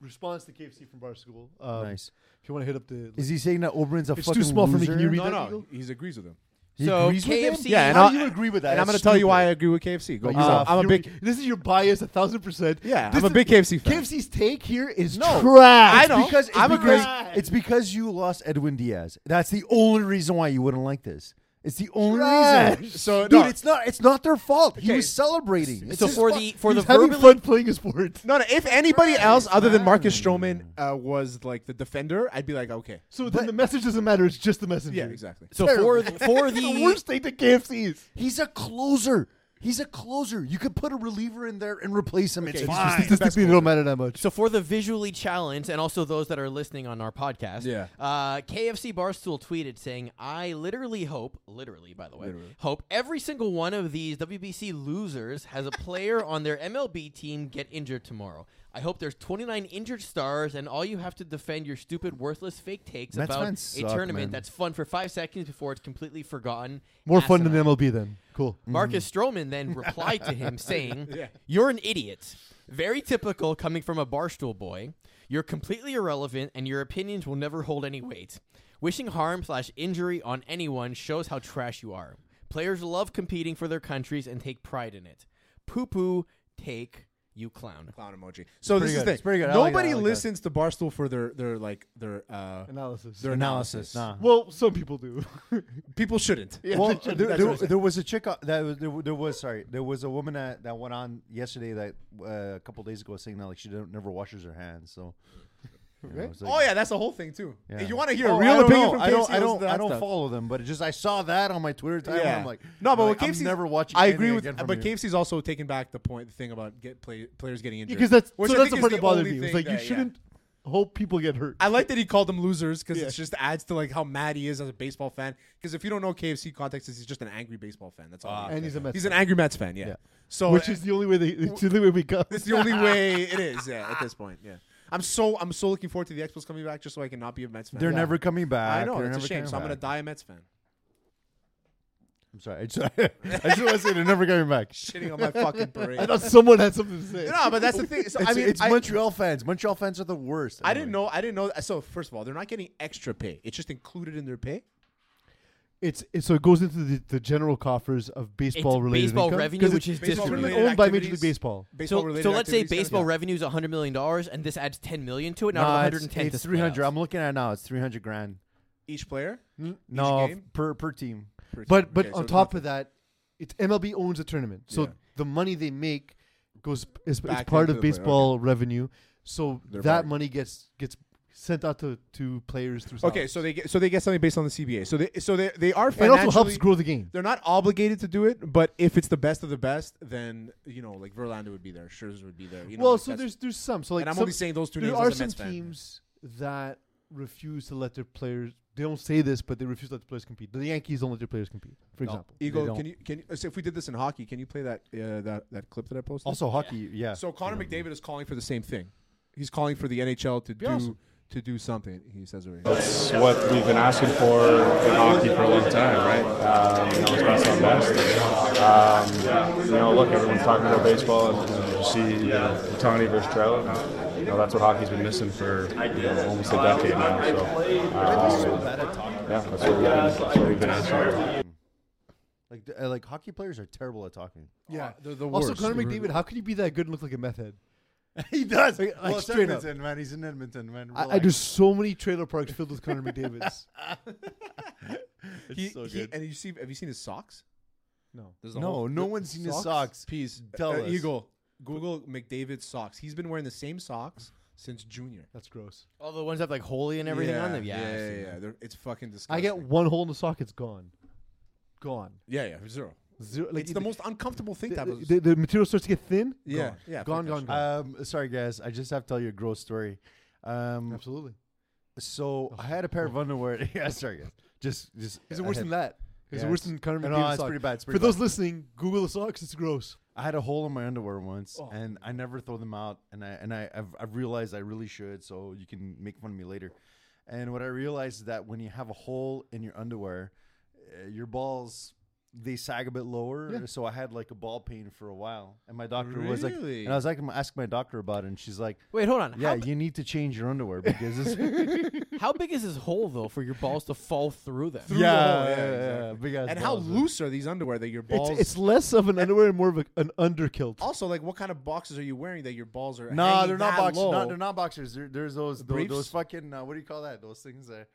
Speaker 1: response to KFC from Bar School. Um,
Speaker 4: Nice.
Speaker 1: If you want to hit up the
Speaker 4: Is he saying that Obrin's a
Speaker 1: It's too
Speaker 4: fucking
Speaker 1: small for me.
Speaker 4: loser?
Speaker 1: Can you read
Speaker 2: no,
Speaker 1: that,
Speaker 2: no,
Speaker 1: Eagle?
Speaker 2: he agrees with him.
Speaker 4: He
Speaker 3: So,
Speaker 4: agrees with him?
Speaker 3: KFC
Speaker 2: Yeah, and
Speaker 4: How
Speaker 2: I'll-
Speaker 4: do you agree with that?
Speaker 2: and I'm
Speaker 4: That's
Speaker 2: gonna tell you why I
Speaker 4: stupid.
Speaker 2: agree with KFC. Go,
Speaker 1: Like,
Speaker 2: yourself.
Speaker 1: you're-
Speaker 2: I'm a
Speaker 1: Uh, you're-
Speaker 2: big.
Speaker 1: This is your bias, a thousand percent.
Speaker 2: Yeah,
Speaker 1: This
Speaker 2: I'm a
Speaker 1: is-
Speaker 2: big KFC fan.
Speaker 1: KFC's take here is
Speaker 2: No,
Speaker 1: trash.
Speaker 2: I know.
Speaker 4: Because it's
Speaker 2: I'm a
Speaker 4: because
Speaker 1: great-
Speaker 4: it's because you lost Edwin Diaz. That's the only reason why you wouldn't like this. It's the only
Speaker 1: Trash.
Speaker 4: reason.
Speaker 2: So,
Speaker 4: dude,
Speaker 2: no.
Speaker 4: it's not. It's not their fault. He
Speaker 2: Okay.
Speaker 4: was celebrating. It's
Speaker 3: so
Speaker 4: his
Speaker 3: for
Speaker 4: fault.
Speaker 3: the for
Speaker 1: He's
Speaker 3: the
Speaker 1: having
Speaker 3: verbally
Speaker 1: fun playing a sport.
Speaker 2: No, no. If anybody else other than Marcus Stroman uh, was like the defender, I'd be like, okay.
Speaker 1: So then the message doesn't matter. It's just the messenger.
Speaker 2: Yeah, exactly.
Speaker 3: so for
Speaker 1: Terrible.
Speaker 3: the, for
Speaker 1: It's
Speaker 3: the
Speaker 1: worst thing to KFC's.
Speaker 4: he's a closer. He's a closer. You could put a reliever in there and replace him. it's
Speaker 2: he's
Speaker 4: fine.
Speaker 2: just-
Speaker 1: Statistically, they don't matter that much.
Speaker 3: So for the visually challenged and also those that are listening on our podcast,
Speaker 2: Yeah.
Speaker 3: uh, KFC Barstool tweeted saying, "I literally hope, literally by the way, hope every single one of these WBC losers has a player on their MLB team get injured tomorrow. I hope there's 29 injured stars, and all you have to defend your stupid, worthless fake takes
Speaker 4: Mets
Speaker 3: about a
Speaker 4: fans suck,
Speaker 3: tournament
Speaker 4: man.
Speaker 3: that's fun for five seconds before it's completely forgotten.
Speaker 1: More fun than
Speaker 3: Asinine.
Speaker 1: MLB then. Cool.
Speaker 3: Marcus Stroman then replied to him saying, "You're an idiot. Very typical coming from a barstool boy. You're completely irrelevant, and your opinions will never hold any weight. Wishing harm slash injury on anyone shows how trash you are. Players love competing for their countries and take pride in it. Poo poo, take you clown."
Speaker 2: Clown emoji. So this
Speaker 4: pretty
Speaker 2: is
Speaker 4: good.
Speaker 2: the
Speaker 4: It's
Speaker 2: thing.
Speaker 4: pretty good. I like that. I
Speaker 2: Nobody
Speaker 4: like that.
Speaker 2: listens to Barstool for their their like their uh,
Speaker 1: Analysis.
Speaker 2: their analysis.
Speaker 4: Nah.
Speaker 1: Well, some people do.
Speaker 2: People shouldn't.
Speaker 4: well,
Speaker 2: That's
Speaker 4: there,
Speaker 2: what
Speaker 4: there,
Speaker 2: I'm saying.
Speaker 4: there was a chick uh, that was, there, w- there was sorry there was a woman that, that went on yesterday that uh, a couple days ago saying that like she don't, never washes her hands. So, you know, it's like-
Speaker 2: Oh yeah, that's the whole thing too.
Speaker 4: Yeah.
Speaker 2: If you want to hear a
Speaker 4: Oh, I
Speaker 2: real
Speaker 4: don't
Speaker 2: opinion
Speaker 4: know.
Speaker 2: from KFC,
Speaker 4: I don't, I
Speaker 2: listen
Speaker 4: don't,
Speaker 2: to that
Speaker 4: I don't
Speaker 2: stuff.
Speaker 4: follow them, but it just I saw that on my Twitter time. And I'm like,
Speaker 2: no, but
Speaker 4: I'm
Speaker 2: what
Speaker 4: like, I'm
Speaker 2: KFC's
Speaker 4: never watching.
Speaker 2: I
Speaker 4: anything
Speaker 2: agree with,
Speaker 4: again from
Speaker 2: but
Speaker 4: you.
Speaker 2: KFC's also taking back the point, the thing about get play, players getting injured.
Speaker 1: Because that's
Speaker 2: Which
Speaker 1: so
Speaker 2: I
Speaker 1: that's the
Speaker 2: think
Speaker 1: part
Speaker 2: is
Speaker 1: that bothered
Speaker 2: only
Speaker 1: me. It's
Speaker 2: thing
Speaker 1: like you
Speaker 2: that- yeah.
Speaker 1: shouldn't hope people get hurt.
Speaker 2: I like that he called them losers because
Speaker 1: Yeah.
Speaker 2: it just adds to like how mad he is as a baseball fan. Because if you don't know KFC context, is he's just an angry baseball fan.
Speaker 4: Ah,
Speaker 2: That's all. he is.
Speaker 1: and he's a Mets
Speaker 2: He's an
Speaker 1: fan.
Speaker 2: angry Mets fan. Yeah.
Speaker 1: Yeah.
Speaker 2: So
Speaker 1: which
Speaker 2: uh,
Speaker 1: is the only way they. It's the only way we go.
Speaker 2: it's the only way it is. Yeah. At this point. Yeah. I'm so I'm so looking forward to the Expos coming back just so I can not be a Mets fan.
Speaker 4: They're
Speaker 2: Yeah.
Speaker 4: never coming back.
Speaker 2: I know
Speaker 4: They're
Speaker 2: it's a
Speaker 4: never
Speaker 2: shame.
Speaker 4: coming
Speaker 2: So I'm gonna
Speaker 4: back.
Speaker 2: die a Mets fan.
Speaker 4: I'm sorry. I just, I just want to say they're never coming back.
Speaker 2: Shitting on my fucking parade.
Speaker 1: I thought someone had something to say.
Speaker 2: No, but that's the thing. So,
Speaker 4: It's,
Speaker 2: I mean,
Speaker 4: it's
Speaker 2: I,
Speaker 4: Montreal fans. Montreal fans are the worst.
Speaker 2: I didn't know. I didn't know. So first of all, they're not getting extra pay. It's just included in their pay.
Speaker 1: It's, it's so it goes into the, the general coffers of baseball related
Speaker 3: baseball
Speaker 1: income,
Speaker 3: revenue,
Speaker 1: 'cause
Speaker 3: which
Speaker 1: it's
Speaker 3: is distributed.
Speaker 1: distributed
Speaker 2: Related
Speaker 1: owned by Major
Speaker 2: activities.
Speaker 1: League Baseball.
Speaker 2: Baseball
Speaker 3: So,
Speaker 2: related
Speaker 3: so let's say
Speaker 2: activities.
Speaker 3: baseball revenue is $100 million, and this adds $10 million to it,
Speaker 4: No,
Speaker 3: not
Speaker 4: it's,
Speaker 3: 110
Speaker 4: it's
Speaker 3: to split
Speaker 4: 300.
Speaker 3: outs.
Speaker 4: I'm looking at it now. It's 300 grand.
Speaker 2: each player.
Speaker 4: No,
Speaker 2: game?
Speaker 4: per per team.
Speaker 2: per team.
Speaker 1: But but
Speaker 2: Okay,
Speaker 1: on
Speaker 2: so
Speaker 1: top of that, it's MLB owns the tournament, so
Speaker 2: Yeah.
Speaker 1: the money they make goes is, is
Speaker 2: Back
Speaker 1: part
Speaker 2: into
Speaker 1: of
Speaker 2: the player,
Speaker 1: baseball revenue. So
Speaker 2: Their
Speaker 1: that
Speaker 2: market.
Speaker 1: money gets gets sent out to, to players through.
Speaker 2: Okay,
Speaker 1: salaries.
Speaker 2: so they get so they get something based on the CBA. So they so they they are
Speaker 1: it
Speaker 2: financially.
Speaker 1: also helps grow the game.
Speaker 2: They're not obligated to do it, but if it's the best of the best, then you know, like Verlander would be there, Scherzer would be there. You know,
Speaker 1: well,
Speaker 2: like,
Speaker 1: so
Speaker 2: that's-
Speaker 1: there's there's some. So like
Speaker 2: and I'm
Speaker 1: some-
Speaker 2: only saying those two
Speaker 1: there
Speaker 2: names.
Speaker 1: are
Speaker 2: as a
Speaker 1: some
Speaker 2: Mets fan.
Speaker 1: teams that refuse to let their players. They don't say this, but they refuse to let the players compete. The Yankees don't let their players compete, for example.
Speaker 4: They
Speaker 2: Eagle,
Speaker 4: don't.
Speaker 2: can you can you, so if we did this in hockey, can you play that uh, that that clip that I posted?
Speaker 4: Also hockey. Yeah.
Speaker 2: so Connor McDavid is calling for the same thing. He's calling for the NHL to do
Speaker 1: awesome.
Speaker 2: to do something. He says already.
Speaker 5: That's what we've been asking for in hockey for a long time, right? Um, you know, it's best on best. Um, you know, look, everyone's talking about baseball, and you, know, you see you know, Tony versus Trout. and, You know, that's what hockey's been missing for you know, almost a decade now. So, um, yeah, that's what we've been, that's what we've been asking for.
Speaker 4: Like, uh, like hockey players are terrible at talking.
Speaker 2: Yeah, Uh, they're the
Speaker 1: Also,
Speaker 2: worst.
Speaker 1: Connor
Speaker 2: They were-
Speaker 1: McDavid, how could you be that good and look like a meth head?
Speaker 4: he does.
Speaker 1: Like- like
Speaker 4: well, it's
Speaker 1: straight up.
Speaker 4: Edmonton, man. He's in Edmonton, man.
Speaker 1: I, I
Speaker 4: Relax.
Speaker 1: there's so many trailer parks filled with Connor McDavids.
Speaker 2: He-
Speaker 4: so
Speaker 2: he-
Speaker 4: good.
Speaker 2: and you see, have you seen his socks?
Speaker 1: No.
Speaker 2: There's a
Speaker 4: No,
Speaker 2: whole-
Speaker 4: no
Speaker 2: the-
Speaker 4: one's seen his
Speaker 1: socks?
Speaker 4: socks.
Speaker 2: Peace.
Speaker 4: Tell
Speaker 2: Uh,
Speaker 4: us.
Speaker 2: Eagle. Google McDavid socks. He's been wearing the same socks since junior.
Speaker 1: That's gross.
Speaker 3: All the ones that have like holy and everything on them. Yeah,
Speaker 2: yeah,
Speaker 3: I've
Speaker 2: yeah.
Speaker 3: seen
Speaker 2: yeah. They're- It's fucking disgusting.
Speaker 1: I get one hole in the sock, it's gone. Gone.
Speaker 2: Yeah, yeah, zero.
Speaker 1: Zero, like,
Speaker 2: It's the most uncomfortable thing
Speaker 1: the,
Speaker 2: that was.
Speaker 1: the, the material starts to get thin.
Speaker 2: Yeah,
Speaker 1: gone.
Speaker 2: yeah,
Speaker 1: Gone,
Speaker 2: fuck
Speaker 1: gone,
Speaker 2: that
Speaker 1: gone.
Speaker 4: Um, sorry guys, I just have to tell you a gross story. Um,
Speaker 1: Absolutely.
Speaker 4: so I had a pair of underwear. yeah, sorry guys. Just, just.
Speaker 1: Is it
Speaker 4: I
Speaker 1: worse
Speaker 4: had-
Speaker 1: than that? Is
Speaker 4: Yeah,
Speaker 1: it worse
Speaker 4: it's-
Speaker 1: than Connor
Speaker 4: No,
Speaker 1: McDavid?
Speaker 4: it's
Speaker 1: sock?
Speaker 4: pretty bad, it's
Speaker 1: For
Speaker 4: pretty
Speaker 1: those
Speaker 4: bad.
Speaker 1: listening, Google the socks. It's gross.
Speaker 4: I had a hole in my underwear once,
Speaker 1: Oh.
Speaker 4: and I never throw them out. And I and I I've, I've realized I really should. So you can make fun of me later. And what I realized is that when you have a hole in your underwear, uh, your balls they sag a bit lower. So I had like a ball pain for a while, and my doctor was like,
Speaker 2: Really?
Speaker 4: and I was like, asking my doctor about it, and she's like,
Speaker 3: Wait, hold on.
Speaker 4: "Yeah,
Speaker 3: How,
Speaker 4: you need to change your underwear because it's
Speaker 3: how big is this hole though for your balls to fall through them?
Speaker 2: Uh, the hole,
Speaker 4: yeah,
Speaker 2: yeah,
Speaker 4: yeah,
Speaker 2: exactly.
Speaker 4: big ass
Speaker 2: and how
Speaker 4: balls, man.
Speaker 2: loose are these underwear that your balls?
Speaker 1: It's, it's less of an underwear and more of a, an underkilt.
Speaker 2: also like what kind of boxes are you wearing that your balls are?
Speaker 4: No,
Speaker 2: hanging
Speaker 4: they're not
Speaker 2: that
Speaker 4: boxers.
Speaker 2: Low?
Speaker 4: No, they're not boxers. There- there's those those,
Speaker 2: Briefs?
Speaker 4: those fucking uh, what do you call that? Those things there.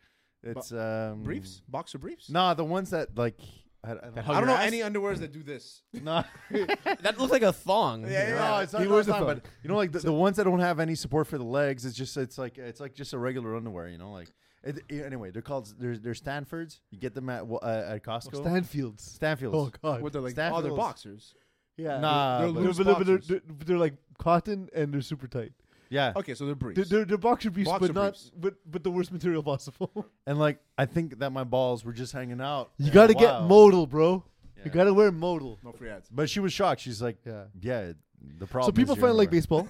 Speaker 4: It's um,
Speaker 2: briefs, boxer briefs.
Speaker 4: No, the ones that like I, I don't,
Speaker 3: hug
Speaker 2: I don't know
Speaker 3: your ass?
Speaker 2: any underwears that do this.
Speaker 4: No,
Speaker 3: That looks like a thong.
Speaker 2: Yeah, yeah.
Speaker 4: no, it's not.
Speaker 1: He
Speaker 4: no,
Speaker 1: wears
Speaker 4: it's
Speaker 1: a
Speaker 4: not
Speaker 1: thong.
Speaker 4: but you know, like the, the ones that don't have any support for the legs. It's just it's like it's like just a regular underwear. You know, like it, it- anyway, they're called they're, they're Stanfords. You get them at Wa- uh, at Costco.
Speaker 1: Oh, Stanfields.
Speaker 4: Stanfields.
Speaker 1: Oh God.
Speaker 2: What they're like?
Speaker 4: Staff
Speaker 2: oh, they're
Speaker 4: those.
Speaker 2: boxers.
Speaker 1: Yeah.
Speaker 4: Nah,
Speaker 1: They're,
Speaker 4: but-
Speaker 1: they're,
Speaker 4: Loose
Speaker 1: they're, they're,
Speaker 4: boxers.
Speaker 1: they're- they're like cotton and they're super tight.
Speaker 4: Yeah,
Speaker 2: Okay, so they're briefs.
Speaker 1: They're, they're, they're boxer briefs, but
Speaker 2: Boxer
Speaker 1: not
Speaker 2: briefs.
Speaker 1: but but the worst material possible.
Speaker 4: and like I think that my balls were just hanging out.
Speaker 1: you
Speaker 4: and
Speaker 1: got to get
Speaker 4: wow.
Speaker 1: modal, bro.
Speaker 4: Yeah.
Speaker 1: You got to wear modal.
Speaker 2: no free ads.
Speaker 4: But she was shocked. She's like,
Speaker 1: Yeah.
Speaker 4: yeah, the
Speaker 1: So
Speaker 4: problem. is
Speaker 1: people
Speaker 4: your
Speaker 1: find like
Speaker 4: underwear.
Speaker 1: baseball.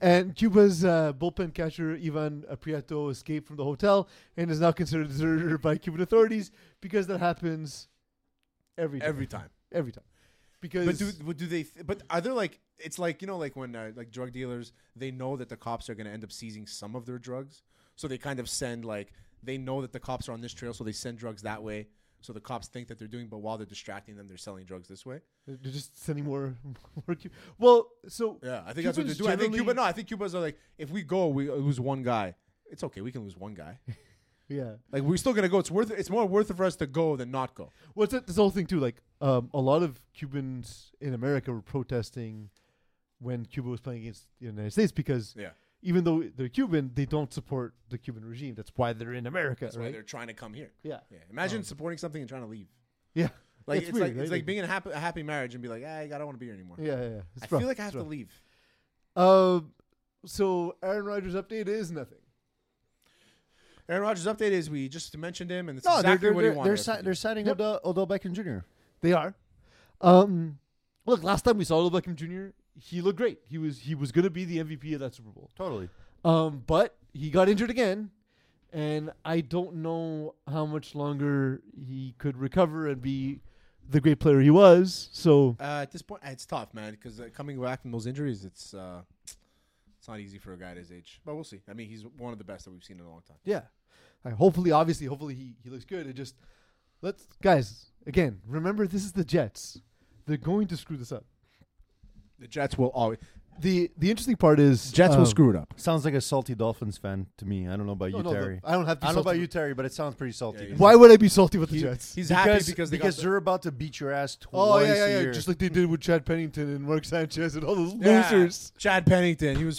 Speaker 1: And Cuba's uh, bullpen catcher Ivan Prieto escaped from the hotel and is now considered a deserter by Cuban authorities because that happens every time.
Speaker 2: Every time.
Speaker 1: every time. Because
Speaker 2: But do but do they? Th- but are there like? It's like you know, like when uh, like drug dealers, they know that the cops are going to end up seizing some of their drugs, so they kind of send like they know that the cops are on this trail, so they send drugs that way. So the cops think that they're doing, but while they're distracting them, they're selling drugs this way.
Speaker 1: they're just sending more, more. Cu- Well, so
Speaker 2: Yeah, I think that's what
Speaker 1: Cubans
Speaker 2: they're doing. I think
Speaker 1: generally-
Speaker 2: Cuba. No, I think Cuba's are like, if we go, we lose one guy. It's okay. We can lose one guy.
Speaker 1: yeah.
Speaker 2: Like we're still gonna go. It's worth. It's more worth it for us to go than not go.
Speaker 1: What's that? This whole thing too. Like um, a lot of Cubans in America were protesting when Cuba was playing against the United States because
Speaker 2: Yeah.
Speaker 1: even though they're Cuban, they don't support the Cuban regime. That's why they're in America,
Speaker 2: That's why
Speaker 1: right?
Speaker 2: they're trying to come here.
Speaker 1: yeah,
Speaker 2: Yeah. Imagine supporting something and trying to leave.
Speaker 1: yeah.
Speaker 2: Like
Speaker 1: That's
Speaker 2: it's,
Speaker 1: weird,
Speaker 2: like it's
Speaker 1: right?
Speaker 2: like being in a happy, a happy marriage and be like, "Ah, I don't want to be here anymore.
Speaker 1: yeah, yeah. yeah. It's
Speaker 2: I
Speaker 1: rough,
Speaker 2: feel like I
Speaker 1: it's
Speaker 2: have to
Speaker 1: rough.
Speaker 2: leave.
Speaker 1: Um, so Aaron Rodgers' update is nothing.
Speaker 2: Aaron Rodgers' update is we just mentioned him, and it's
Speaker 4: No,
Speaker 2: exactly
Speaker 4: Oh, they're,
Speaker 2: what
Speaker 4: they're,
Speaker 2: he
Speaker 4: they're,
Speaker 2: wanted.
Speaker 4: they're,
Speaker 2: us
Speaker 4: si-
Speaker 2: to do.
Speaker 4: they're signing Odell, Odell Beckham Jr.
Speaker 1: They are. Um, look, last time we saw Odell Beckham Jr., he looked great. He was he was going to be the MVP of that Super Bowl.
Speaker 4: Totally.
Speaker 1: Um, but he got injured again, and I don't know how much longer he could recover and be the great player he was. So
Speaker 2: uh, at this point, it's tough, man, because uh, coming back from those injuries, it's uh, it's not easy for a guy at his age. But we'll see. I mean, he's one of the best that we've seen in a long time.
Speaker 1: yeah, I hopefully, obviously, hopefully he he looks good. It just let's guys again remember this is the Jets. They're going to screw this up.
Speaker 2: The Jets will always.
Speaker 1: the The interesting part is
Speaker 2: Jets will
Speaker 1: um,
Speaker 2: screw it up.
Speaker 4: Sounds like a salty Dolphins fan to me. I don't know about
Speaker 1: No,
Speaker 4: you,
Speaker 1: no, the-
Speaker 4: Terry.
Speaker 1: I don't have. To
Speaker 4: I
Speaker 1: be
Speaker 4: don't know about
Speaker 1: salty.
Speaker 4: you, Terry, but it sounds pretty salty.
Speaker 2: Yeah,
Speaker 4: to
Speaker 2: yeah.
Speaker 4: me.
Speaker 1: Why would I be salty with the
Speaker 2: He-
Speaker 1: Jets?
Speaker 2: He's happy
Speaker 4: Because
Speaker 2: because
Speaker 4: because,
Speaker 2: they got the-
Speaker 4: they're about to beat your ass twice
Speaker 1: Oh yeah, yeah,
Speaker 4: a
Speaker 1: yeah.
Speaker 4: year.
Speaker 1: Just like they did with Chad Pennington and Mark Sanchez and all those
Speaker 2: Yeah.
Speaker 1: losers.
Speaker 2: Chad Pennington, he was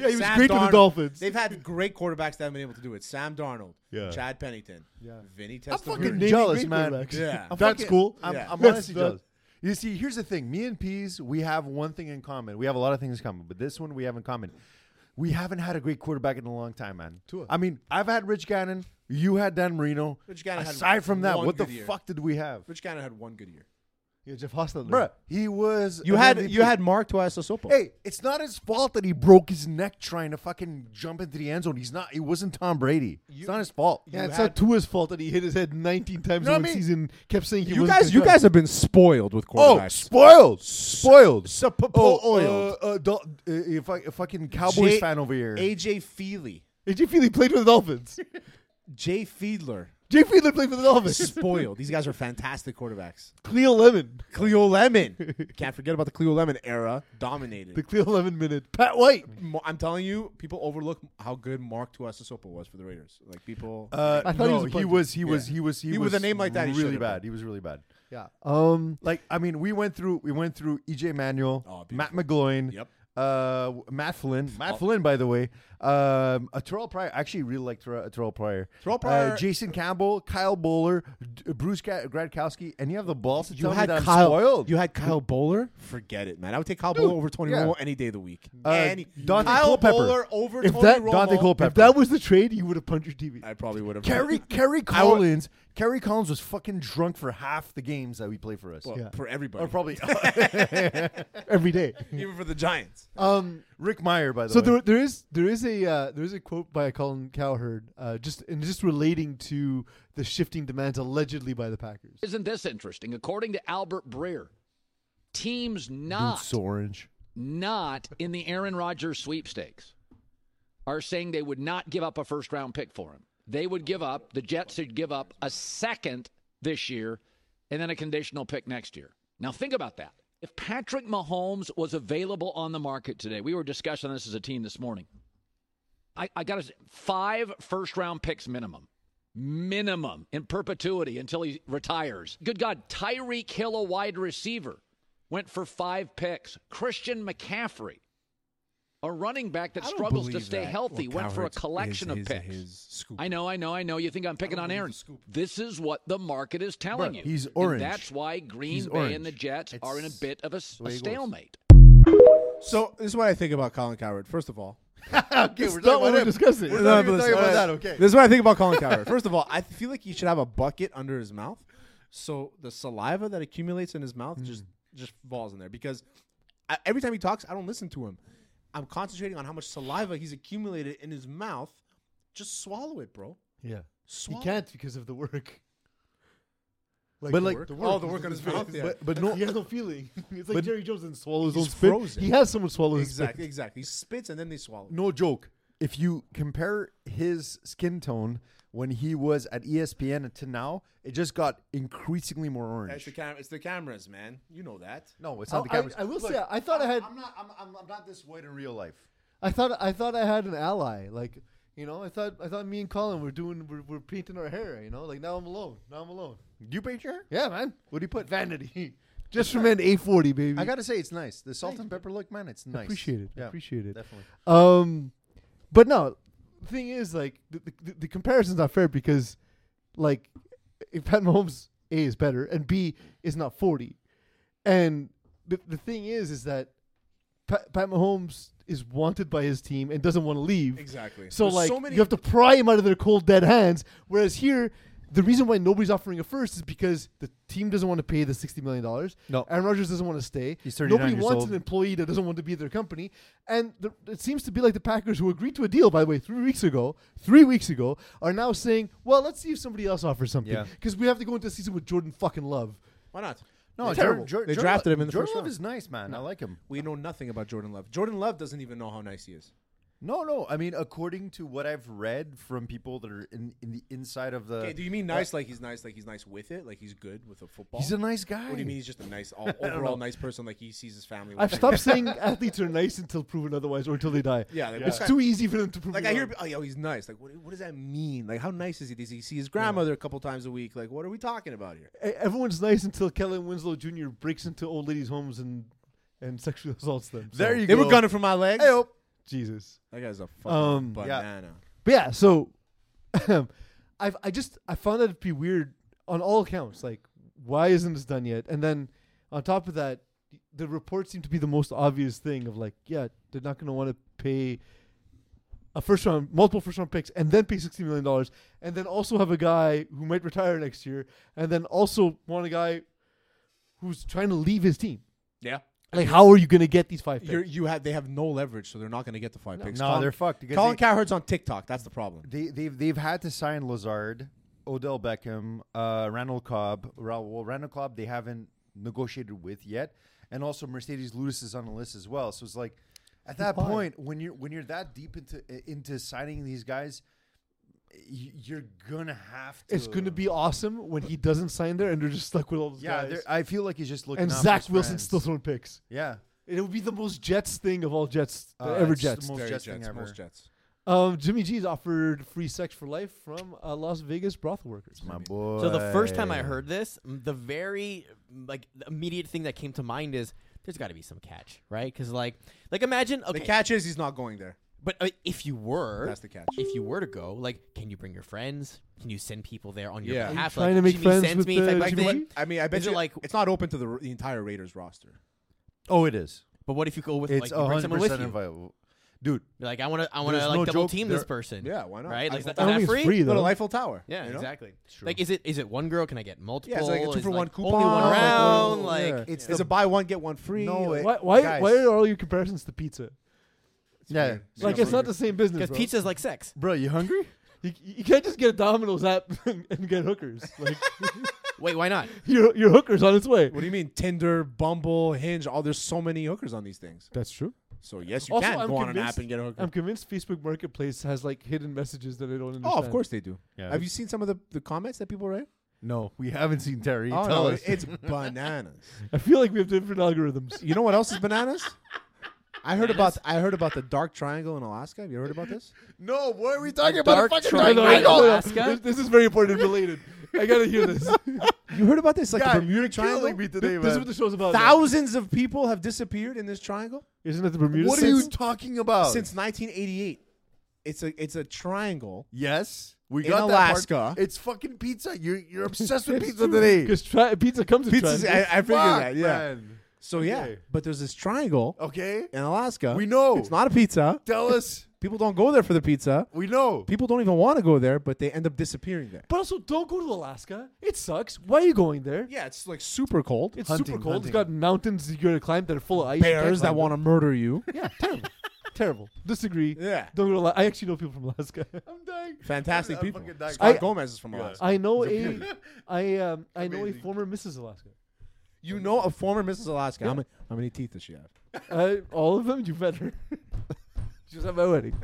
Speaker 1: Yeah, he was
Speaker 2: Sam
Speaker 1: great with the
Speaker 2: Darnold.
Speaker 1: Dolphins.
Speaker 2: They've had great quarterbacks that have been able to do it. Sam Darnold,
Speaker 4: Yeah.
Speaker 2: Chad Pennington,
Speaker 1: Yeah.
Speaker 2: Vinny
Speaker 1: I'm
Speaker 2: Testaverde.
Speaker 1: fucking
Speaker 4: Jealous,
Speaker 1: jealous,
Speaker 4: man.
Speaker 1: man.
Speaker 2: Yeah. I'm
Speaker 1: that's
Speaker 4: fucking-
Speaker 1: cool.
Speaker 4: I'm,
Speaker 2: Yeah.
Speaker 4: I'm
Speaker 1: That's
Speaker 4: honestly
Speaker 1: the-
Speaker 4: jealous. You see, here's the thing. Me and Peas, we have one thing in common. We have a lot of things in common, but this one we have in common. We haven't had a great quarterback in a long time, man.
Speaker 1: Tua.
Speaker 4: I mean, I've had Rich Gannon. You had Dan Marino.
Speaker 2: Rich Gannon had
Speaker 4: Aside from that,
Speaker 2: one
Speaker 4: what the
Speaker 2: good year.
Speaker 4: fuck did we have?
Speaker 2: Rich Gannon had one good year.
Speaker 1: Yeah, Jeff Hostetler.
Speaker 4: Bruh, he was.
Speaker 2: You
Speaker 4: an
Speaker 2: had
Speaker 4: MVP.
Speaker 2: you had Mark Tuasosopo.
Speaker 4: Hey, it's not his fault that he broke his neck trying to fucking jump into the end zone. He's not. It wasn't Tom Brady. it's not his fault.
Speaker 1: Yeah, it's
Speaker 2: had-
Speaker 1: not Tua's fault that he hit his head 19 times
Speaker 4: No, I
Speaker 1: in one
Speaker 4: mean-
Speaker 1: season. Kept saying he
Speaker 2: you
Speaker 1: wasn't
Speaker 2: guys, you
Speaker 1: gonna-
Speaker 2: guys have been spoiled with
Speaker 4: Oh,
Speaker 2: quarterbacks.
Speaker 4: spoiled, spoiled,
Speaker 2: Sup-po-po-
Speaker 4: oh,
Speaker 2: oiled.
Speaker 4: Uh, uh, Dol- uh, you fu- a fucking Cowboys
Speaker 2: J-
Speaker 4: fan over here.
Speaker 2: AJ Feely,
Speaker 1: AJ Feely played for the Dolphins.
Speaker 2: Jay Fiedler,
Speaker 1: Jay Feely played for the Dolphins.
Speaker 2: spoiled. These guys are fantastic quarterbacks.
Speaker 1: Cleo Lemon,
Speaker 2: Cleo Lemon, can't forget about the Cleo Lemon era. Dominated.
Speaker 1: the Cleo Lemon minute. Pat White.
Speaker 2: Mo- I'm telling you, people overlook how good Mark Tuasosopo was for the Raiders. Like people,
Speaker 4: Uh,
Speaker 1: I thought he
Speaker 4: no,
Speaker 1: was a
Speaker 4: he
Speaker 1: punter.
Speaker 4: was. He was.
Speaker 2: Yeah.
Speaker 4: He was. He,
Speaker 2: He-
Speaker 4: was
Speaker 2: with a name like that, he
Speaker 4: Really
Speaker 2: should've
Speaker 4: bad.
Speaker 2: been.
Speaker 4: He was really bad.
Speaker 1: Yeah. Um.
Speaker 4: Like I mean, we went through. We went through EJ Manuel,
Speaker 2: Oh,
Speaker 4: Matt McGloin,
Speaker 2: Yep.
Speaker 4: uh, Matt Flynn, Matt Flynn, by the way, um, uh, Terrell Pryor. I actually really like Terrell, Terrell Pryor.
Speaker 2: Terrell
Speaker 4: Uh,
Speaker 2: Pryor-
Speaker 4: Jason Campbell, Kyle Bowler, D- Bruce Ga- Gradkowski, and you have the balls to
Speaker 2: you
Speaker 4: tell
Speaker 2: had
Speaker 4: me that
Speaker 2: Kyle.
Speaker 4: I'm spoiled.
Speaker 2: You had Kyle Bowler. Forget it, man. I would take Kyle Bowler over Tony
Speaker 4: yeah.
Speaker 2: Romo any day of the week.
Speaker 4: Uh,
Speaker 2: Any-
Speaker 4: Dante
Speaker 2: Kyle
Speaker 4: Culpepper.
Speaker 2: Bowler over
Speaker 1: If
Speaker 2: Tony
Speaker 1: that
Speaker 2: Romo.
Speaker 4: Dante Culpepper.
Speaker 1: If that was the trade, you would have punched your TV.
Speaker 2: I probably would have.
Speaker 4: Kerry Kerry Collins. Kerry Collins was fucking drunk for half the games that we play for us.
Speaker 2: Well,
Speaker 1: Yeah.
Speaker 2: for everybody,
Speaker 4: Or probably
Speaker 1: every day.
Speaker 2: even for the Giants.
Speaker 1: Um.
Speaker 4: Rick Meyer, by the
Speaker 1: So
Speaker 4: way.
Speaker 1: there, there is there is a uh, there is a quote by Colin Cowherd, uh, just and just relating to the shifting demands allegedly by the Packers.
Speaker 6: Isn't this interesting? According to Albert Breer, teams not
Speaker 1: Ah.
Speaker 4: Boots orange.
Speaker 6: not in the Aaron Rodgers sweepstakes are saying they would not give up a first round pick for him. They would give up, the Jets would give up a second this year and then a conditional pick next year. Now, think about that. If Patrick Mahomes was available on the market today, we were discussing this as a team this morning. I, I got to say, five first round picks minimum. Minimum in perpetuity until he retires. Good God, Tyreek Hill, a wide receiver, went for five picks. Christian McCaffrey, a running back that
Speaker 2: I don't
Speaker 6: struggles to
Speaker 2: believe
Speaker 6: stay
Speaker 2: that.
Speaker 6: healthy,
Speaker 2: Well,
Speaker 6: went for a
Speaker 2: Cowherd's-
Speaker 6: collection
Speaker 2: his-
Speaker 6: of
Speaker 2: his-
Speaker 6: picks.
Speaker 2: his scoop.
Speaker 6: I know, I know, I know. You think I'm picking on Aaron? This is what the market is telling
Speaker 4: Bro,
Speaker 6: you.
Speaker 4: he's
Speaker 6: And
Speaker 4: orange.
Speaker 6: that's why Green
Speaker 4: He's
Speaker 6: Bay
Speaker 4: orange.
Speaker 6: and the Jets are in a
Speaker 4: It's
Speaker 6: bit of a, s-
Speaker 4: the
Speaker 6: a
Speaker 4: way it goes.
Speaker 6: stalemate.
Speaker 2: So this is what I think about Colin Coward. First of all,
Speaker 4: okay,
Speaker 1: It's not what we're discussing.
Speaker 4: We're
Speaker 2: No,
Speaker 4: not
Speaker 2: but
Speaker 4: even
Speaker 2: listen,
Speaker 4: talking about
Speaker 2: all
Speaker 4: that.
Speaker 2: right.
Speaker 4: Okay.
Speaker 2: This is what I think about Colin Cowherd. First of all, I feel like he should have a bucket under his mouth, so the saliva that accumulates in his mouth
Speaker 4: Mm.
Speaker 2: just just falls in there. Because I, every time he talks, I don't listen to him. I'm concentrating on how much saliva he's accumulated in his mouth. Just swallow it, bro.
Speaker 1: Yeah, he
Speaker 2: Swallow.
Speaker 1: can't because of the work. Like
Speaker 4: But like-
Speaker 2: Oh, the work on his mouth, yeah.
Speaker 1: But, but no, he has no feeling. It's like
Speaker 4: But-
Speaker 1: Jerry Jones didn't swallow his
Speaker 2: He's
Speaker 1: own spit.
Speaker 2: frozen.
Speaker 1: He has someone swallow his spit.
Speaker 2: Exactly, exactly. He spits and then they swallow.
Speaker 4: no joke. If you compare his skin tone when he was at E ESPN to now, it just got increasingly more
Speaker 2: It's the,
Speaker 4: orange.
Speaker 2: cam- it's the cameras, man. You know that.
Speaker 4: No, it's
Speaker 1: Oh,
Speaker 4: not the
Speaker 1: I-
Speaker 4: cameras.
Speaker 1: I will say, I thought I had-
Speaker 4: I'm not. I'm, I'm, I'm not this white in real life.
Speaker 1: I thought I thought I had an ally. Like you know, I thought I thought me and Colin were doing we're, we're painting our hair. You know, like now I'm alone. Now I'm alone.
Speaker 4: Do you paint your hair?
Speaker 1: Yeah, man.
Speaker 4: What do you put?
Speaker 1: Vanity. Just from an A40, baby.
Speaker 4: I gotta say, it's nice. The salt and pepper look, man, it's nice.
Speaker 1: Appreciate it. Appreciate it.
Speaker 4: Definitely.
Speaker 1: Um, but no, the thing is, like, the, the, the comparison's not fair because, like, if Pat Mahomes A is better and B is not forty, and the the thing is, is that Pat, Pat Mahomes is wanted by his team and doesn't want to leave.
Speaker 2: Exactly.
Speaker 1: So
Speaker 2: There's
Speaker 1: like,
Speaker 2: so many-
Speaker 1: you have to pry him out of their cold dead hands. Whereas here. The reason why nobody's offering a first is because the team doesn't want to pay the sixty million dollars.
Speaker 4: No.
Speaker 1: Aaron Rodgers doesn't want to stay.
Speaker 4: He's 39
Speaker 1: Nobody
Speaker 4: years
Speaker 1: wants
Speaker 4: old.
Speaker 1: an employee that doesn't want to be at their company. And the, it seems to be like the Packers, who agreed to a deal, by the way, three weeks ago, three weeks ago, are now saying, well, let's see if somebody else offers something.
Speaker 4: Yeah.
Speaker 1: Because we have to go into the season with Jordan fucking Love.
Speaker 2: Why not?
Speaker 4: No,
Speaker 1: terrible.
Speaker 4: Jordan, Jordan,
Speaker 2: They drafted him in the
Speaker 4: Jordan
Speaker 2: first
Speaker 4: Love
Speaker 2: round.
Speaker 4: is nice, man. I like him.
Speaker 2: We know nothing about Jordan Love. Jordan Love doesn't even know how nice he is.
Speaker 4: No, no. I mean, according to what I've read from people that are in, in the inside of the,
Speaker 2: Okay, do you mean nice like he's nice like he's nice with it? Like he's good with a football?
Speaker 4: he's a nice guy.
Speaker 2: What do you mean he's just a nice all, overall nice person like he sees his family?
Speaker 1: I've
Speaker 2: watching-
Speaker 1: stopped saying athletes are nice until proven otherwise or until they die.
Speaker 2: Yeah, like,
Speaker 1: it's
Speaker 2: what-
Speaker 1: too easy for them to prove.
Speaker 2: Like
Speaker 1: me
Speaker 2: I hear,
Speaker 1: wrong.
Speaker 2: oh, yo, he's nice. Like, what, what does that mean? Like, how nice is he? Does he see his grandmother a couple times a week? Like, what are we talking about here?
Speaker 1: E- everyone's nice until Kellen Winslow Jr. breaks into old ladies' homes and and sexually assaults them. So,
Speaker 4: There you
Speaker 2: They
Speaker 4: go.
Speaker 2: were gunning for my legs.
Speaker 4: Ayo.
Speaker 1: Jesus.
Speaker 2: That guy's a fucking
Speaker 1: Um,
Speaker 4: Yeah.
Speaker 2: banana.
Speaker 1: But yeah, so I've I just I found that to be weird on all accounts. Like, why isn't this done yet? And then on top of that, the reports seem to be the most obvious thing of like, yeah, they're not going to want to pay a first round, multiple first round picks, and then pay sixty million dollars, and then also have a guy who might retire next year, and then also want a guy who's trying to leave his team.
Speaker 2: Yeah.
Speaker 1: Like, how are you going to get these five picks?
Speaker 2: You're, you have they have no leverage, so they're not going to get the five picks.
Speaker 4: No, they're fucked because
Speaker 2: Colin
Speaker 4: they-
Speaker 2: Cowherd's on TikTok. That's the problem.
Speaker 4: They, they've they've had to sign Lazard, Odell Beckham, uh, Randall Cobb. Ra- Well, Randall Cobb they haven't negotiated with yet, and also Mercedes Lewis is on the list as well. So it's like, at that point, when you're when you're that deep into into signing these guys, y- you're gonna have to.
Speaker 1: it's going to be awesome when he doesn't sign there and they're just stuck with all those
Speaker 4: yeah.
Speaker 1: guys.
Speaker 4: they're- I feel like he's just looking
Speaker 1: And
Speaker 4: out for
Speaker 1: Zach
Speaker 4: his
Speaker 1: Wilson's still
Speaker 4: friends.
Speaker 1: throwing picks.
Speaker 4: yeah.
Speaker 1: It would be the most Jets thing of all Jets,
Speaker 4: Uh,
Speaker 1: ever
Speaker 4: it's the
Speaker 1: Jets.
Speaker 4: most
Speaker 2: Very
Speaker 4: Jets thing
Speaker 2: Jets,
Speaker 4: ever.
Speaker 2: most Jets.
Speaker 1: Um, Jimmy G's offered free sex for life from uh, Las Vegas brothel workers.
Speaker 4: My boy.
Speaker 3: So the first time I heard this, m- the very m- like the immediate thing that came to mind is there's got to be some catch, right? Because like like imagine okay,
Speaker 2: The catch is he's not going there.
Speaker 3: but uh, if you were
Speaker 2: That's the catch.
Speaker 3: if you were to go, like, can you bring your friends? Can you send people there on your
Speaker 2: Yeah. Are you
Speaker 3: behalf?
Speaker 1: trying
Speaker 3: like,
Speaker 1: to make
Speaker 3: Jimmy
Speaker 1: friends
Speaker 3: sends
Speaker 1: with
Speaker 3: me type
Speaker 1: the
Speaker 3: of
Speaker 1: Jimmy
Speaker 3: thing?
Speaker 1: G?
Speaker 2: I mean, I bet
Speaker 3: Is it
Speaker 2: you
Speaker 3: like-
Speaker 2: it's not open to the, the entire Raiders roster.
Speaker 4: Oh, it is.
Speaker 3: But what if you go with
Speaker 4: It's
Speaker 3: like you bring
Speaker 4: hundred
Speaker 3: someone with
Speaker 4: percent
Speaker 3: you?
Speaker 4: inviolable, dude.
Speaker 3: You're like I want to, I want to
Speaker 4: There's
Speaker 3: like
Speaker 4: no
Speaker 3: double
Speaker 4: joke,
Speaker 3: team
Speaker 4: there-
Speaker 3: this person.
Speaker 2: Yeah, why not?
Speaker 3: Right? Like,
Speaker 2: I-
Speaker 3: is
Speaker 2: I
Speaker 1: I don't
Speaker 3: that
Speaker 1: think
Speaker 3: free?
Speaker 1: it's free
Speaker 2: But
Speaker 1: though.
Speaker 2: a Eiffel Tower.
Speaker 3: Yeah,
Speaker 2: you know?
Speaker 3: exactly. Like, is it is it one girl? Can I get multiple?
Speaker 2: like a two-for-one
Speaker 3: Only one
Speaker 2: coupon.
Speaker 3: round.
Speaker 1: Yeah.
Speaker 3: Like,
Speaker 1: It's
Speaker 2: It's a buy one get one free.
Speaker 4: No,
Speaker 2: Like,
Speaker 4: it-
Speaker 1: why, why,
Speaker 4: guys.
Speaker 1: why are all your comparisons to pizza?
Speaker 4: Yeah,
Speaker 1: Like it's not the same business.
Speaker 3: because
Speaker 1: bro.
Speaker 3: pizza's like sex.
Speaker 4: bro. You hungry?
Speaker 1: you, you can't just get a Domino's app and get hookers. Like
Speaker 3: Wait, why not?
Speaker 1: your your hookers on its way.
Speaker 2: What do you mean Tinder, Bumble, Hinge? Oh, there's so many hookers on these things.
Speaker 1: That's true.
Speaker 2: So yes, you
Speaker 1: Also,
Speaker 2: can
Speaker 1: I'm
Speaker 2: go on an
Speaker 1: convinced-
Speaker 2: app and get a hooker.
Speaker 1: I'm convinced Facebook Marketplace has like hidden messages that I don't understand.
Speaker 2: oh, of course they do.
Speaker 4: Yeah.
Speaker 2: Have you seen some of the, the comments that people write?
Speaker 4: No, we haven't seen Terry.
Speaker 2: Oh
Speaker 4: Tell
Speaker 2: no,
Speaker 4: us.
Speaker 2: it's bananas.
Speaker 1: I feel like we have different algorithms.
Speaker 2: You know what else is bananas? I heard about I heard about the dark triangle in Alaska. Have you heard about this?
Speaker 4: no, what are we talking
Speaker 3: dark triangle
Speaker 1: No, no,
Speaker 3: in
Speaker 1: no, no.
Speaker 3: Alaska.
Speaker 1: This, this is very important and related. I gotta hear this.
Speaker 2: You heard about this? Like
Speaker 4: Yeah,
Speaker 2: the Bermuda
Speaker 4: you're killing
Speaker 2: Triangle.
Speaker 4: me today,
Speaker 1: this is
Speaker 4: man.
Speaker 1: what the show's about. now.
Speaker 2: Thousands of people have disappeared in this triangle
Speaker 1: Isn't it the Bermuda?
Speaker 4: What are you talking about?
Speaker 2: since 1988. It's a it's a triangle.
Speaker 4: yes, we
Speaker 2: In
Speaker 4: got that part.
Speaker 2: Alaska.
Speaker 4: It's fucking pizza. You're you're obsessed with pizza today.
Speaker 1: Because tri- pizza comes in
Speaker 2: Pizza's, I,
Speaker 1: triangles.
Speaker 2: I figured
Speaker 4: Fuck,
Speaker 2: that. Yeah.
Speaker 4: man.
Speaker 2: So yeah, but there's this triangle
Speaker 4: Okay.
Speaker 2: in Alaska.
Speaker 4: Oh. We know.
Speaker 2: it's not a pizza.
Speaker 4: Tell us.
Speaker 2: People don't go there for the pizza.
Speaker 4: We know.
Speaker 2: People don't even want to go there, but they end up disappearing there.
Speaker 1: But also, don't go to Alaska. It sucks. Why are you going there?
Speaker 2: Yeah, it's like super cold.
Speaker 1: It's
Speaker 4: Hunting,
Speaker 1: super cold. It's got
Speaker 4: hunting.
Speaker 1: mountains you gotta climb that are full of ice. You can't
Speaker 2: bears that
Speaker 1: climb
Speaker 2: want to murder you.
Speaker 1: them. Yeah, terrible. terrible. Disagree.
Speaker 2: Yeah.
Speaker 1: Don't go to Ala- I actually know people from Alaska.
Speaker 4: I'm dying.
Speaker 2: Fantastic
Speaker 4: I'm
Speaker 2: people.
Speaker 4: fucking dying.
Speaker 2: Scott
Speaker 1: I-
Speaker 2: Gomez is from Alaska.
Speaker 1: I know a, I um, I know a
Speaker 4: Amazing.
Speaker 1: former Mrs. Alaska.
Speaker 2: You know a former Mrs. Alaska. How, many, how many teeth does she have?
Speaker 1: Uh, all of them, you met her. she was at my wedding.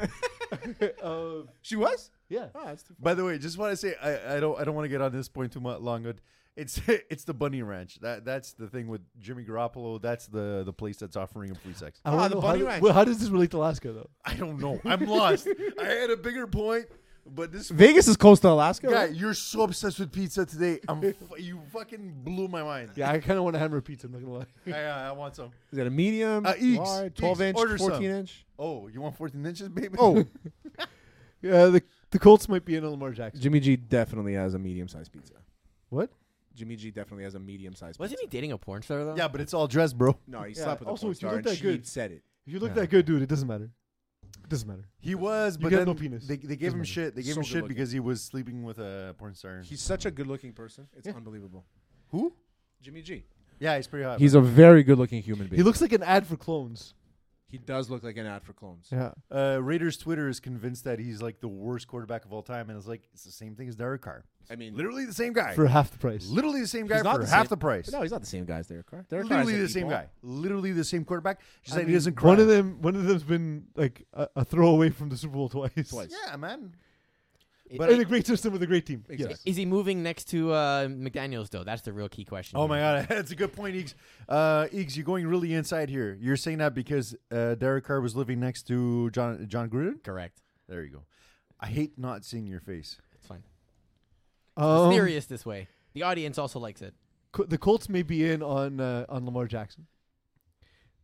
Speaker 1: Um
Speaker 2: She was?
Speaker 1: yeah.
Speaker 2: Oh, that's too
Speaker 4: By the way, just want to say I, I don't I don't want to get on this point too much long, but it's it's the Bunny Ranch. That that's the thing with Jimmy Garoppolo. That's the the place that's offering him free sex.
Speaker 1: I
Speaker 2: Ah,
Speaker 1: wanna
Speaker 2: the
Speaker 1: know
Speaker 2: bunny
Speaker 1: how,
Speaker 2: ranch.
Speaker 1: well, how does this relate to Alaska though?
Speaker 4: I don't know. I'm lost. I had a bigger point, but this
Speaker 2: Vegas is close to Alaska.
Speaker 4: guy,
Speaker 2: right?
Speaker 4: you're so obsessed with pizza today. I'm f- you fucking blew my mind.
Speaker 1: Yeah, I kind of want to hammer a pizza. I'm not gonna lie.
Speaker 4: I, I want some.
Speaker 2: Is it a medium,
Speaker 4: Uh, Eeks.
Speaker 2: large,
Speaker 4: Eeks,
Speaker 2: 12 inch,
Speaker 4: order
Speaker 2: 14
Speaker 4: some.
Speaker 2: inch?
Speaker 4: Oh, you want 14 inches, baby?
Speaker 2: Oh,
Speaker 1: Yeah, the the Colts might be in on Lamar Jackson.
Speaker 2: Jimmy G definitely has a medium sized pizza.
Speaker 1: What?
Speaker 2: Jimmy G definitely has a medium sized pizza.
Speaker 3: Wasn't he dating a porn star though?
Speaker 4: yeah, but it's all dressed, bro.
Speaker 2: No, he
Speaker 1: Yeah,
Speaker 2: slept with a
Speaker 1: also,
Speaker 2: porn
Speaker 1: if you
Speaker 2: star
Speaker 1: look
Speaker 2: and
Speaker 1: that
Speaker 2: she
Speaker 1: good-
Speaker 2: said it.
Speaker 1: If you look that good, dude, it doesn't matter. It doesn't matter.
Speaker 4: He was, but
Speaker 1: get
Speaker 4: then
Speaker 1: no penis.
Speaker 4: They, they gave him shit. They gave
Speaker 2: So
Speaker 4: him shit
Speaker 2: good-looking.
Speaker 4: because he was sleeping with a porn star.
Speaker 2: He's such a good looking person. It's
Speaker 1: Yeah.
Speaker 2: unbelievable.
Speaker 4: Who?
Speaker 2: Jimmy G.
Speaker 4: Yeah, he's pretty hot.
Speaker 2: He's a very good looking human being.
Speaker 1: He looks like an ad for clones.
Speaker 2: he does look like an ad for clones.
Speaker 1: Yeah.
Speaker 4: uh, Raiders Twitter is convinced that he's like the worst quarterback of all time, and it's like it's the same thing as Derek Carr.
Speaker 2: I mean,
Speaker 4: Literally the same guy.
Speaker 1: For half the price.
Speaker 4: Literally the same guy
Speaker 2: He's not
Speaker 4: for
Speaker 2: the
Speaker 4: half
Speaker 2: same-
Speaker 4: the price.
Speaker 2: no, he's not the same guy as Derek Carr. Derek Carr
Speaker 4: Literally
Speaker 2: is an
Speaker 4: the same
Speaker 2: equal.
Speaker 4: guy. Literally the same quarterback. Just
Speaker 1: I
Speaker 4: that he
Speaker 1: mean,
Speaker 4: doesn't cry.
Speaker 1: One of them, one of them's been like a, a throwaway from the Super Bowl twice.
Speaker 2: Twice.
Speaker 4: Yeah, man.
Speaker 1: in a great system with a great team.
Speaker 2: Exactly.
Speaker 1: Yes.
Speaker 3: Is he moving next to uh, McDaniel's though? That's the real key question.
Speaker 4: Oh
Speaker 3: here.
Speaker 4: my god, that's a good point, Eags. Uh, Eags, you're going really inside here. You're saying that because uh, Derek Carr was living next to John John Gruden.
Speaker 3: Correct.
Speaker 4: There you go. I hate not seeing your face.
Speaker 3: It's fine.
Speaker 1: Um,
Speaker 3: Mysterious this way. The audience also likes it.
Speaker 1: Co- the Colts may be in on uh, on Lamar Jackson.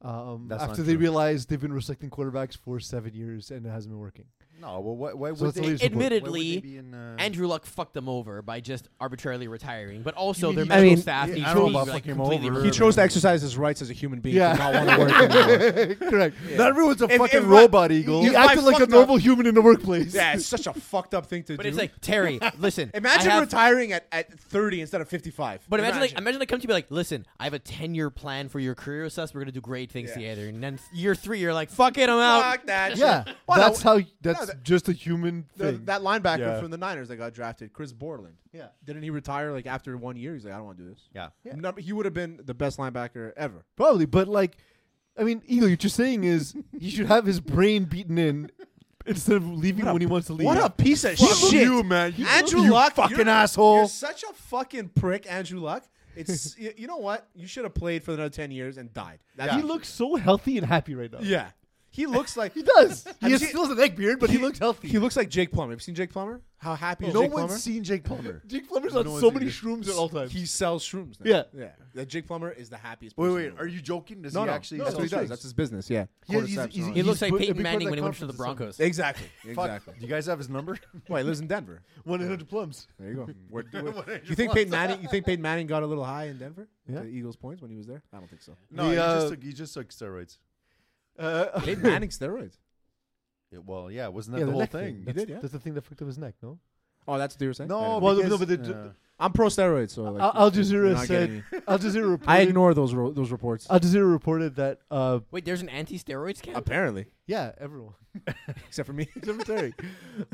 Speaker 1: Um,
Speaker 4: That's not
Speaker 1: after they
Speaker 4: true.
Speaker 1: realize they've been recycling quarterbacks for seven years and it hasn't been working.
Speaker 4: No, well, why, why
Speaker 1: So
Speaker 4: would
Speaker 1: it's a
Speaker 4: they?
Speaker 1: leadership
Speaker 4: why would they
Speaker 3: Admittedly,
Speaker 4: be in, uh,
Speaker 3: Andrew Luck fucked them over by just arbitrarily retiring, but also
Speaker 1: mean
Speaker 3: their
Speaker 1: he-
Speaker 3: medical
Speaker 1: I mean,
Speaker 3: staff
Speaker 1: yeah,
Speaker 3: needs
Speaker 1: I
Speaker 3: to
Speaker 1: don't
Speaker 3: be
Speaker 1: know about
Speaker 3: like,
Speaker 1: fucking him
Speaker 3: completely
Speaker 1: over.
Speaker 2: He chose to exercise his rights as a human being.
Speaker 1: Yeah.
Speaker 2: Yeah. not want to work anymore.
Speaker 1: Correct. Not everyone's a
Speaker 2: If-
Speaker 1: fucking
Speaker 2: if I-
Speaker 1: robot eagle.
Speaker 2: if
Speaker 1: He
Speaker 2: I
Speaker 1: acted like a
Speaker 2: fucked up-
Speaker 1: normal human in the workplace.
Speaker 2: yeah, it's such a fucked up thing to
Speaker 3: But
Speaker 2: do.
Speaker 3: it's like Terry, listen. I
Speaker 2: imagine
Speaker 3: have-
Speaker 2: retiring at, at 30 instead of 55.
Speaker 3: But imagine, like imagine they come to you be like, listen, I have a ten year plan for your career with us. We're gonna do great things
Speaker 2: Yeah.
Speaker 3: together. And then year three, you're like, fuck it, I'm out.
Speaker 2: Fuck that.
Speaker 1: Yeah,
Speaker 2: shit. Well,
Speaker 1: that's
Speaker 2: no,
Speaker 1: how. That's
Speaker 2: that-
Speaker 1: just a human
Speaker 2: the-
Speaker 1: thing.
Speaker 2: that linebacker
Speaker 1: Yeah.
Speaker 2: from the Niners that got drafted, Chris Borland.
Speaker 1: Yeah.
Speaker 2: Didn't he retire like after one year? He's like, I don't want to do this.
Speaker 4: yeah.
Speaker 2: Number- he would have been the best linebacker ever.
Speaker 1: Probably, but like, I mean, Eagle, what you're saying is he should have his brain beaten in instead of leaving when he wants to leave.
Speaker 2: What a piece of
Speaker 1: Fuck
Speaker 2: shit.
Speaker 1: you, man. You-
Speaker 2: Andrew
Speaker 1: you
Speaker 2: Luck,
Speaker 1: fucking
Speaker 2: you're-
Speaker 1: asshole.
Speaker 2: You're such a fucking prick, Andrew Luck. It's y- you know what? You should have played for another ten years and died. That's-
Speaker 1: He looks so healthy and happy right now.
Speaker 2: yeah. He looks like
Speaker 1: he does.
Speaker 2: Have
Speaker 1: He
Speaker 2: you
Speaker 1: has-
Speaker 2: seen-
Speaker 1: still has an egg beard, but he, looks healthy.
Speaker 2: He looks like Jake Plummer. Have you seen Jake Plummer? How happy is
Speaker 1: No
Speaker 2: Jake
Speaker 1: one's
Speaker 2: Plummer?
Speaker 4: Seen Jake Plummer.
Speaker 1: Jake Plummer's
Speaker 2: No
Speaker 1: on
Speaker 2: one's
Speaker 1: so
Speaker 2: seen
Speaker 1: many
Speaker 2: it.
Speaker 1: shrooms at all times.
Speaker 2: He sells shrooms. Now.
Speaker 1: Yeah.
Speaker 2: yeah. Uh, Jake Plummer is the happiest.
Speaker 4: Wait,
Speaker 2: person
Speaker 4: wait.
Speaker 2: in the
Speaker 4: Are
Speaker 2: world.
Speaker 4: you joking? Does
Speaker 2: No,
Speaker 4: he
Speaker 2: no.
Speaker 4: actually?
Speaker 2: no, that's
Speaker 4: sell
Speaker 2: what he does.
Speaker 4: drugs?
Speaker 2: That's his business. Yeah.
Speaker 1: Yeah, he's-
Speaker 2: Cordyceps and
Speaker 1: he's-
Speaker 2: all
Speaker 3: He
Speaker 2: that.
Speaker 3: looks like
Speaker 1: put-
Speaker 3: Peyton
Speaker 1: because
Speaker 3: Manning
Speaker 1: that
Speaker 3: when he went to the
Speaker 1: conference is so-
Speaker 3: Broncos.
Speaker 2: exactly.
Speaker 4: Fuck.
Speaker 2: Exactly.
Speaker 4: Do you guys have his number?
Speaker 2: Well, he lives in Denver.
Speaker 1: One hundred plums.
Speaker 2: There you go. We're, we're, you think Peyton Manning? You think Peyton Manning got a little high in Denver?
Speaker 1: Yeah.
Speaker 2: The Eagles points when he was there? I don't think so.
Speaker 4: No,
Speaker 1: The,
Speaker 4: he,
Speaker 1: uh,
Speaker 4: just took, he just took steroids.
Speaker 1: Uh,
Speaker 2: Peyton Manning steroids.
Speaker 4: Yeah, well, yeah, wasn't that
Speaker 1: yeah,
Speaker 4: the,
Speaker 1: the
Speaker 4: whole
Speaker 1: neck
Speaker 4: thing?
Speaker 1: That's,
Speaker 2: did, yeah.
Speaker 1: that's the thing that fucked up his neck. No.
Speaker 2: Oh, that's what you were saying.
Speaker 4: No,
Speaker 1: Well, no,
Speaker 4: because,
Speaker 1: but the-
Speaker 4: uh,
Speaker 2: I'm pro steroids. So like,
Speaker 1: Al Al Jazeera
Speaker 2: not getting
Speaker 1: said. Al Jazeera reported.
Speaker 2: I ignore those ro- those reports.
Speaker 1: Al Jazeera reported that. Uh,
Speaker 3: Wait, there's an anti-steroids camp.
Speaker 2: Apparently,
Speaker 1: yeah, everyone.
Speaker 2: except for me.
Speaker 1: Except for Terry.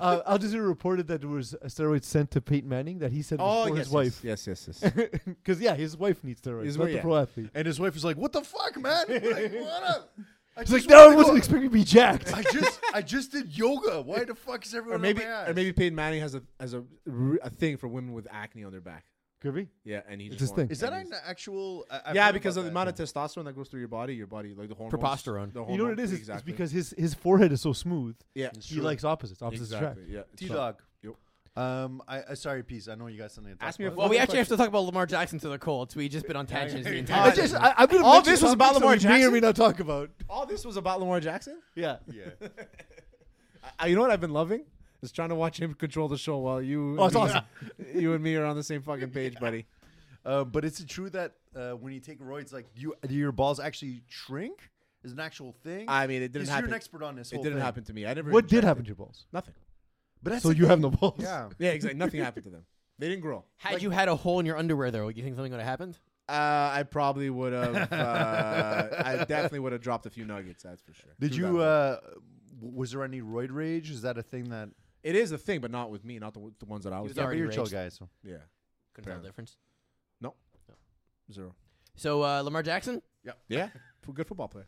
Speaker 1: Uh, Al Jazeera reported that there was a steroid sent to Peyton Manning that he said was for his wife.
Speaker 2: Oh, Yes, yes, yes.
Speaker 1: Because yeah, his wife needs steroids.
Speaker 2: His
Speaker 1: not
Speaker 2: wi-
Speaker 1: the
Speaker 2: yeah.
Speaker 1: pro athlete.
Speaker 4: and his wife was like, "What the fuck, man? Like, what up?" I
Speaker 1: He's like,
Speaker 4: just
Speaker 1: no, I
Speaker 4: wanted to
Speaker 1: wasn't
Speaker 4: go-
Speaker 1: expecting to be jacked.
Speaker 4: I just, I just did yoga. Why the fuck is
Speaker 2: or
Speaker 4: everyone
Speaker 2: maybe,
Speaker 4: on my ass?
Speaker 2: or maybe Peyton Manning has a has a, r- a thing for women with acne on their back.
Speaker 1: Could be.
Speaker 2: Yeah, and he just
Speaker 1: his
Speaker 2: wants-
Speaker 1: thing.
Speaker 4: is that
Speaker 2: and
Speaker 4: an actual? I, I've
Speaker 2: he's- yeah,
Speaker 4: heard
Speaker 2: because
Speaker 4: about
Speaker 2: of the
Speaker 4: that.
Speaker 2: amount of testosterone that goes through your body, your body like the hormones,
Speaker 3: Testosterone.
Speaker 2: the
Speaker 1: You know what it
Speaker 2: hormone-
Speaker 1: is? It's- It's
Speaker 2: Exactly.
Speaker 1: because his his forehead is so smooth.
Speaker 2: yeah,
Speaker 1: He likes opposites. Opposites
Speaker 2: exactly.
Speaker 1: attract.
Speaker 2: Yeah,
Speaker 4: T Dog.
Speaker 2: Yep.
Speaker 4: Um, I,
Speaker 2: uh,
Speaker 4: I sorry, peace. I know you got something. To talk
Speaker 2: Ask me
Speaker 4: about.
Speaker 2: a
Speaker 3: Well, we
Speaker 2: fucking
Speaker 3: actually have
Speaker 2: question.
Speaker 3: to talk about Lamar Jackson to the Colts. We just been on tangents the
Speaker 1: I
Speaker 3: entire.
Speaker 1: just, I, I'm gonna
Speaker 2: All
Speaker 1: mention
Speaker 2: this was about
Speaker 1: topics that we
Speaker 2: Lamar
Speaker 1: May or
Speaker 2: Jackson?
Speaker 1: may not talk about.
Speaker 2: All this was about Lamar Jackson.
Speaker 1: Yeah.
Speaker 4: Yeah.
Speaker 2: I, you know what I've been loving is trying to watch him control the show while you.
Speaker 1: Oh, it's
Speaker 2: and me-
Speaker 1: awesome.
Speaker 2: you and me are on the same fucking page, buddy.
Speaker 4: Uh, but is it true that uh, when you take roids, like you, do your balls actually shrink? Is an actual thing?
Speaker 2: I mean, it didn't
Speaker 4: 'Cause
Speaker 2: happen.
Speaker 4: You're an expert on this.
Speaker 2: It
Speaker 4: whole
Speaker 2: didn't
Speaker 4: thing.
Speaker 2: happen to me. I never.
Speaker 1: What did
Speaker 2: injected.
Speaker 1: happen to your balls?
Speaker 2: Nothing.
Speaker 4: But that's
Speaker 1: So
Speaker 4: the
Speaker 1: you have
Speaker 4: thing.
Speaker 1: no balls.
Speaker 4: Yeah.
Speaker 2: Yeah, exactly. Nothing happened to them. They didn't grow.
Speaker 3: Had you had a hole in your underwear though, you think something would have happened?
Speaker 2: Uh, I probably would have. Uh, I definitely would have dropped a few nuggets. That's for sure.
Speaker 4: Did
Speaker 2: Through
Speaker 4: you?
Speaker 2: that one.
Speaker 4: Uh, w- was there any roid rage? Is that a thing that?
Speaker 2: it is a thing, but not with me. Not the, w- the ones that I was.
Speaker 3: was Yeah,
Speaker 2: Yeah.
Speaker 3: already
Speaker 4: you're a chill
Speaker 3: raged.
Speaker 4: guy. So
Speaker 2: yeah.
Speaker 3: Couldn't tell the
Speaker 2: Apparently.
Speaker 3: difference.
Speaker 2: Zero.
Speaker 3: So uh, Lamar Jackson.
Speaker 2: Yeah. F- Good football player.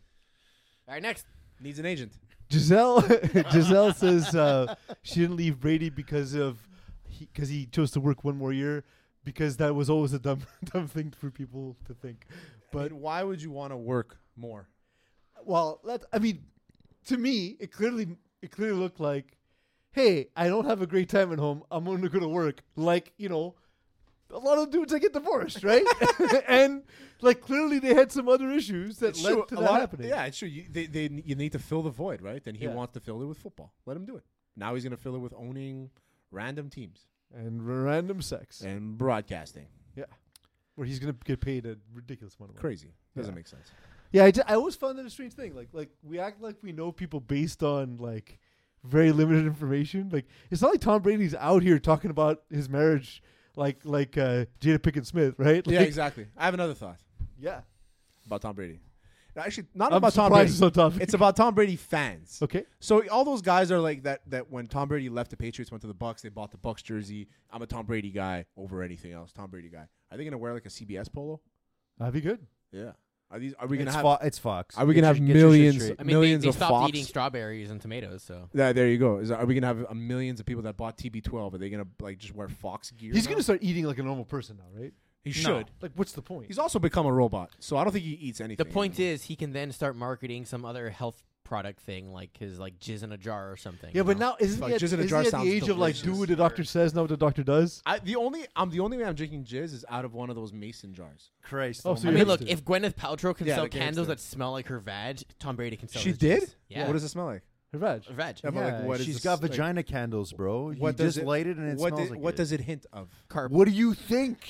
Speaker 3: All right, next.
Speaker 2: Needs an agent.
Speaker 1: Giselle Giselle says uh, she didn't leave Brady because of because he, chose to work one more year because that was always a dumb dumb thing for people to think. But
Speaker 2: But why would you want to work more?
Speaker 1: well, let I mean, to me, it clearly it clearly looked like, hey, I don't have a great time at home. I'm only going to work like you know. A lot of dudes that get divorced, right? and like clearly they had some other issues that led to
Speaker 2: a
Speaker 1: that
Speaker 2: lot of-
Speaker 1: happening.
Speaker 2: yeah, it's true. You, they, they, you need to fill the void, right? And he
Speaker 1: Yeah.
Speaker 2: wants to fill it with football. Let him do it. Now he's going to fill it with owning random teams
Speaker 1: And random sex.
Speaker 2: and broadcasting.
Speaker 1: Where he's gonna get paid a ridiculous amount of money.
Speaker 2: Crazy. Doesn't
Speaker 1: Yeah.
Speaker 2: make sense.
Speaker 1: Yeah, I, ju- I always found that a strange thing. Like, like we act like we know people based on like very limited information. Like, it's not like Tom Brady's out here talking about his marriage, like like uh, Jada Pickett Smith, right?
Speaker 2: Yeah,
Speaker 1: Like,
Speaker 2: exactly. I have another thought
Speaker 1: Yeah,
Speaker 2: about Tom Brady. Actually, not
Speaker 1: I'm
Speaker 2: about Tom
Speaker 1: surprised
Speaker 2: Brady.
Speaker 1: it's on topic.
Speaker 2: It's about Tom Brady fans.
Speaker 1: okay.
Speaker 2: So all those guys are like that. That when Tom Brady left the Patriots, went to the Bucks, they bought the Bucks jersey. I'm a Tom Brady guy over anything else. Tom Brady guy. Are they gonna wear like a CBS polo?
Speaker 1: That'd be good.
Speaker 2: Yeah. Are these? Are we gonna
Speaker 4: it's,
Speaker 2: have?
Speaker 4: Fo- it's Fox.
Speaker 2: Are we
Speaker 4: Get
Speaker 2: gonna have
Speaker 4: your- get your shit
Speaker 2: millions-
Speaker 4: straight.
Speaker 3: I mean,
Speaker 2: Millions
Speaker 3: they, they
Speaker 2: of
Speaker 3: stopped
Speaker 2: Fox.
Speaker 3: eating strawberries and tomatoes, so
Speaker 2: Yeah, there you go. Is are we gonna have a millions of people that bought TB12? Are they gonna like just wear Fox gear?
Speaker 1: He's
Speaker 2: now?
Speaker 1: gonna start eating like a normal person now, right?
Speaker 2: He should.
Speaker 1: Like, what's the point?
Speaker 2: He's also become a robot, so I don't think he eats anything.
Speaker 3: the point
Speaker 2: anymore.
Speaker 3: is he can then start marketing some other health product thing like his like jizz in a jar or something.
Speaker 1: yeah,
Speaker 3: you
Speaker 1: but
Speaker 3: know?
Speaker 1: now isn't
Speaker 2: Like,
Speaker 1: he at,
Speaker 2: jizz in
Speaker 1: isn't
Speaker 2: a
Speaker 1: he
Speaker 2: jar
Speaker 1: at the
Speaker 2: sounds
Speaker 1: age of like do
Speaker 2: delicious.
Speaker 1: what the doctor says, not what the doctor does?
Speaker 2: I, the only I'm the only way I'm drinking jizz is out of one of those mason jars.
Speaker 4: Christ.
Speaker 1: Oh,
Speaker 4: Oh,
Speaker 1: so
Speaker 3: I
Speaker 1: you're-
Speaker 3: mean, look,
Speaker 1: Hipster.
Speaker 3: if Gwyneth Paltrow can
Speaker 2: Yeah,
Speaker 3: sell
Speaker 2: the
Speaker 3: candles
Speaker 2: gangster.
Speaker 3: that smell like her vag, Tom Brady can sell.
Speaker 2: she
Speaker 3: his
Speaker 2: did.
Speaker 3: jizz. Yeah.
Speaker 2: What does it smell like?
Speaker 1: Raj.
Speaker 3: Reg.
Speaker 2: Yeah, but, like, what is
Speaker 4: she's
Speaker 2: this-
Speaker 4: got
Speaker 2: like,
Speaker 4: vagina candles, bro. You
Speaker 2: What does
Speaker 4: just light it and it
Speaker 2: what
Speaker 4: smells
Speaker 2: did-
Speaker 4: like
Speaker 2: What
Speaker 4: it.
Speaker 2: does it hint of?
Speaker 3: Carp.
Speaker 4: What do you think?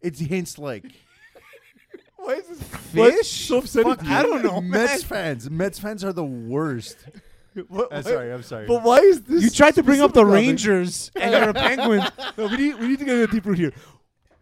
Speaker 4: It's hints like
Speaker 1: Why is this
Speaker 2: Fish?
Speaker 1: so upsetting?
Speaker 4: Fuck
Speaker 1: to
Speaker 4: you.
Speaker 1: you?
Speaker 4: Mets fans. Mets fans are the worst.
Speaker 1: What-
Speaker 4: I'm
Speaker 1: why-
Speaker 4: sorry. I'm sorry.
Speaker 1: But why is this?
Speaker 2: You tried to bring up the
Speaker 1: specific topic?
Speaker 2: Rangers and your Penguins.
Speaker 1: No, we need we need to get a deep root here.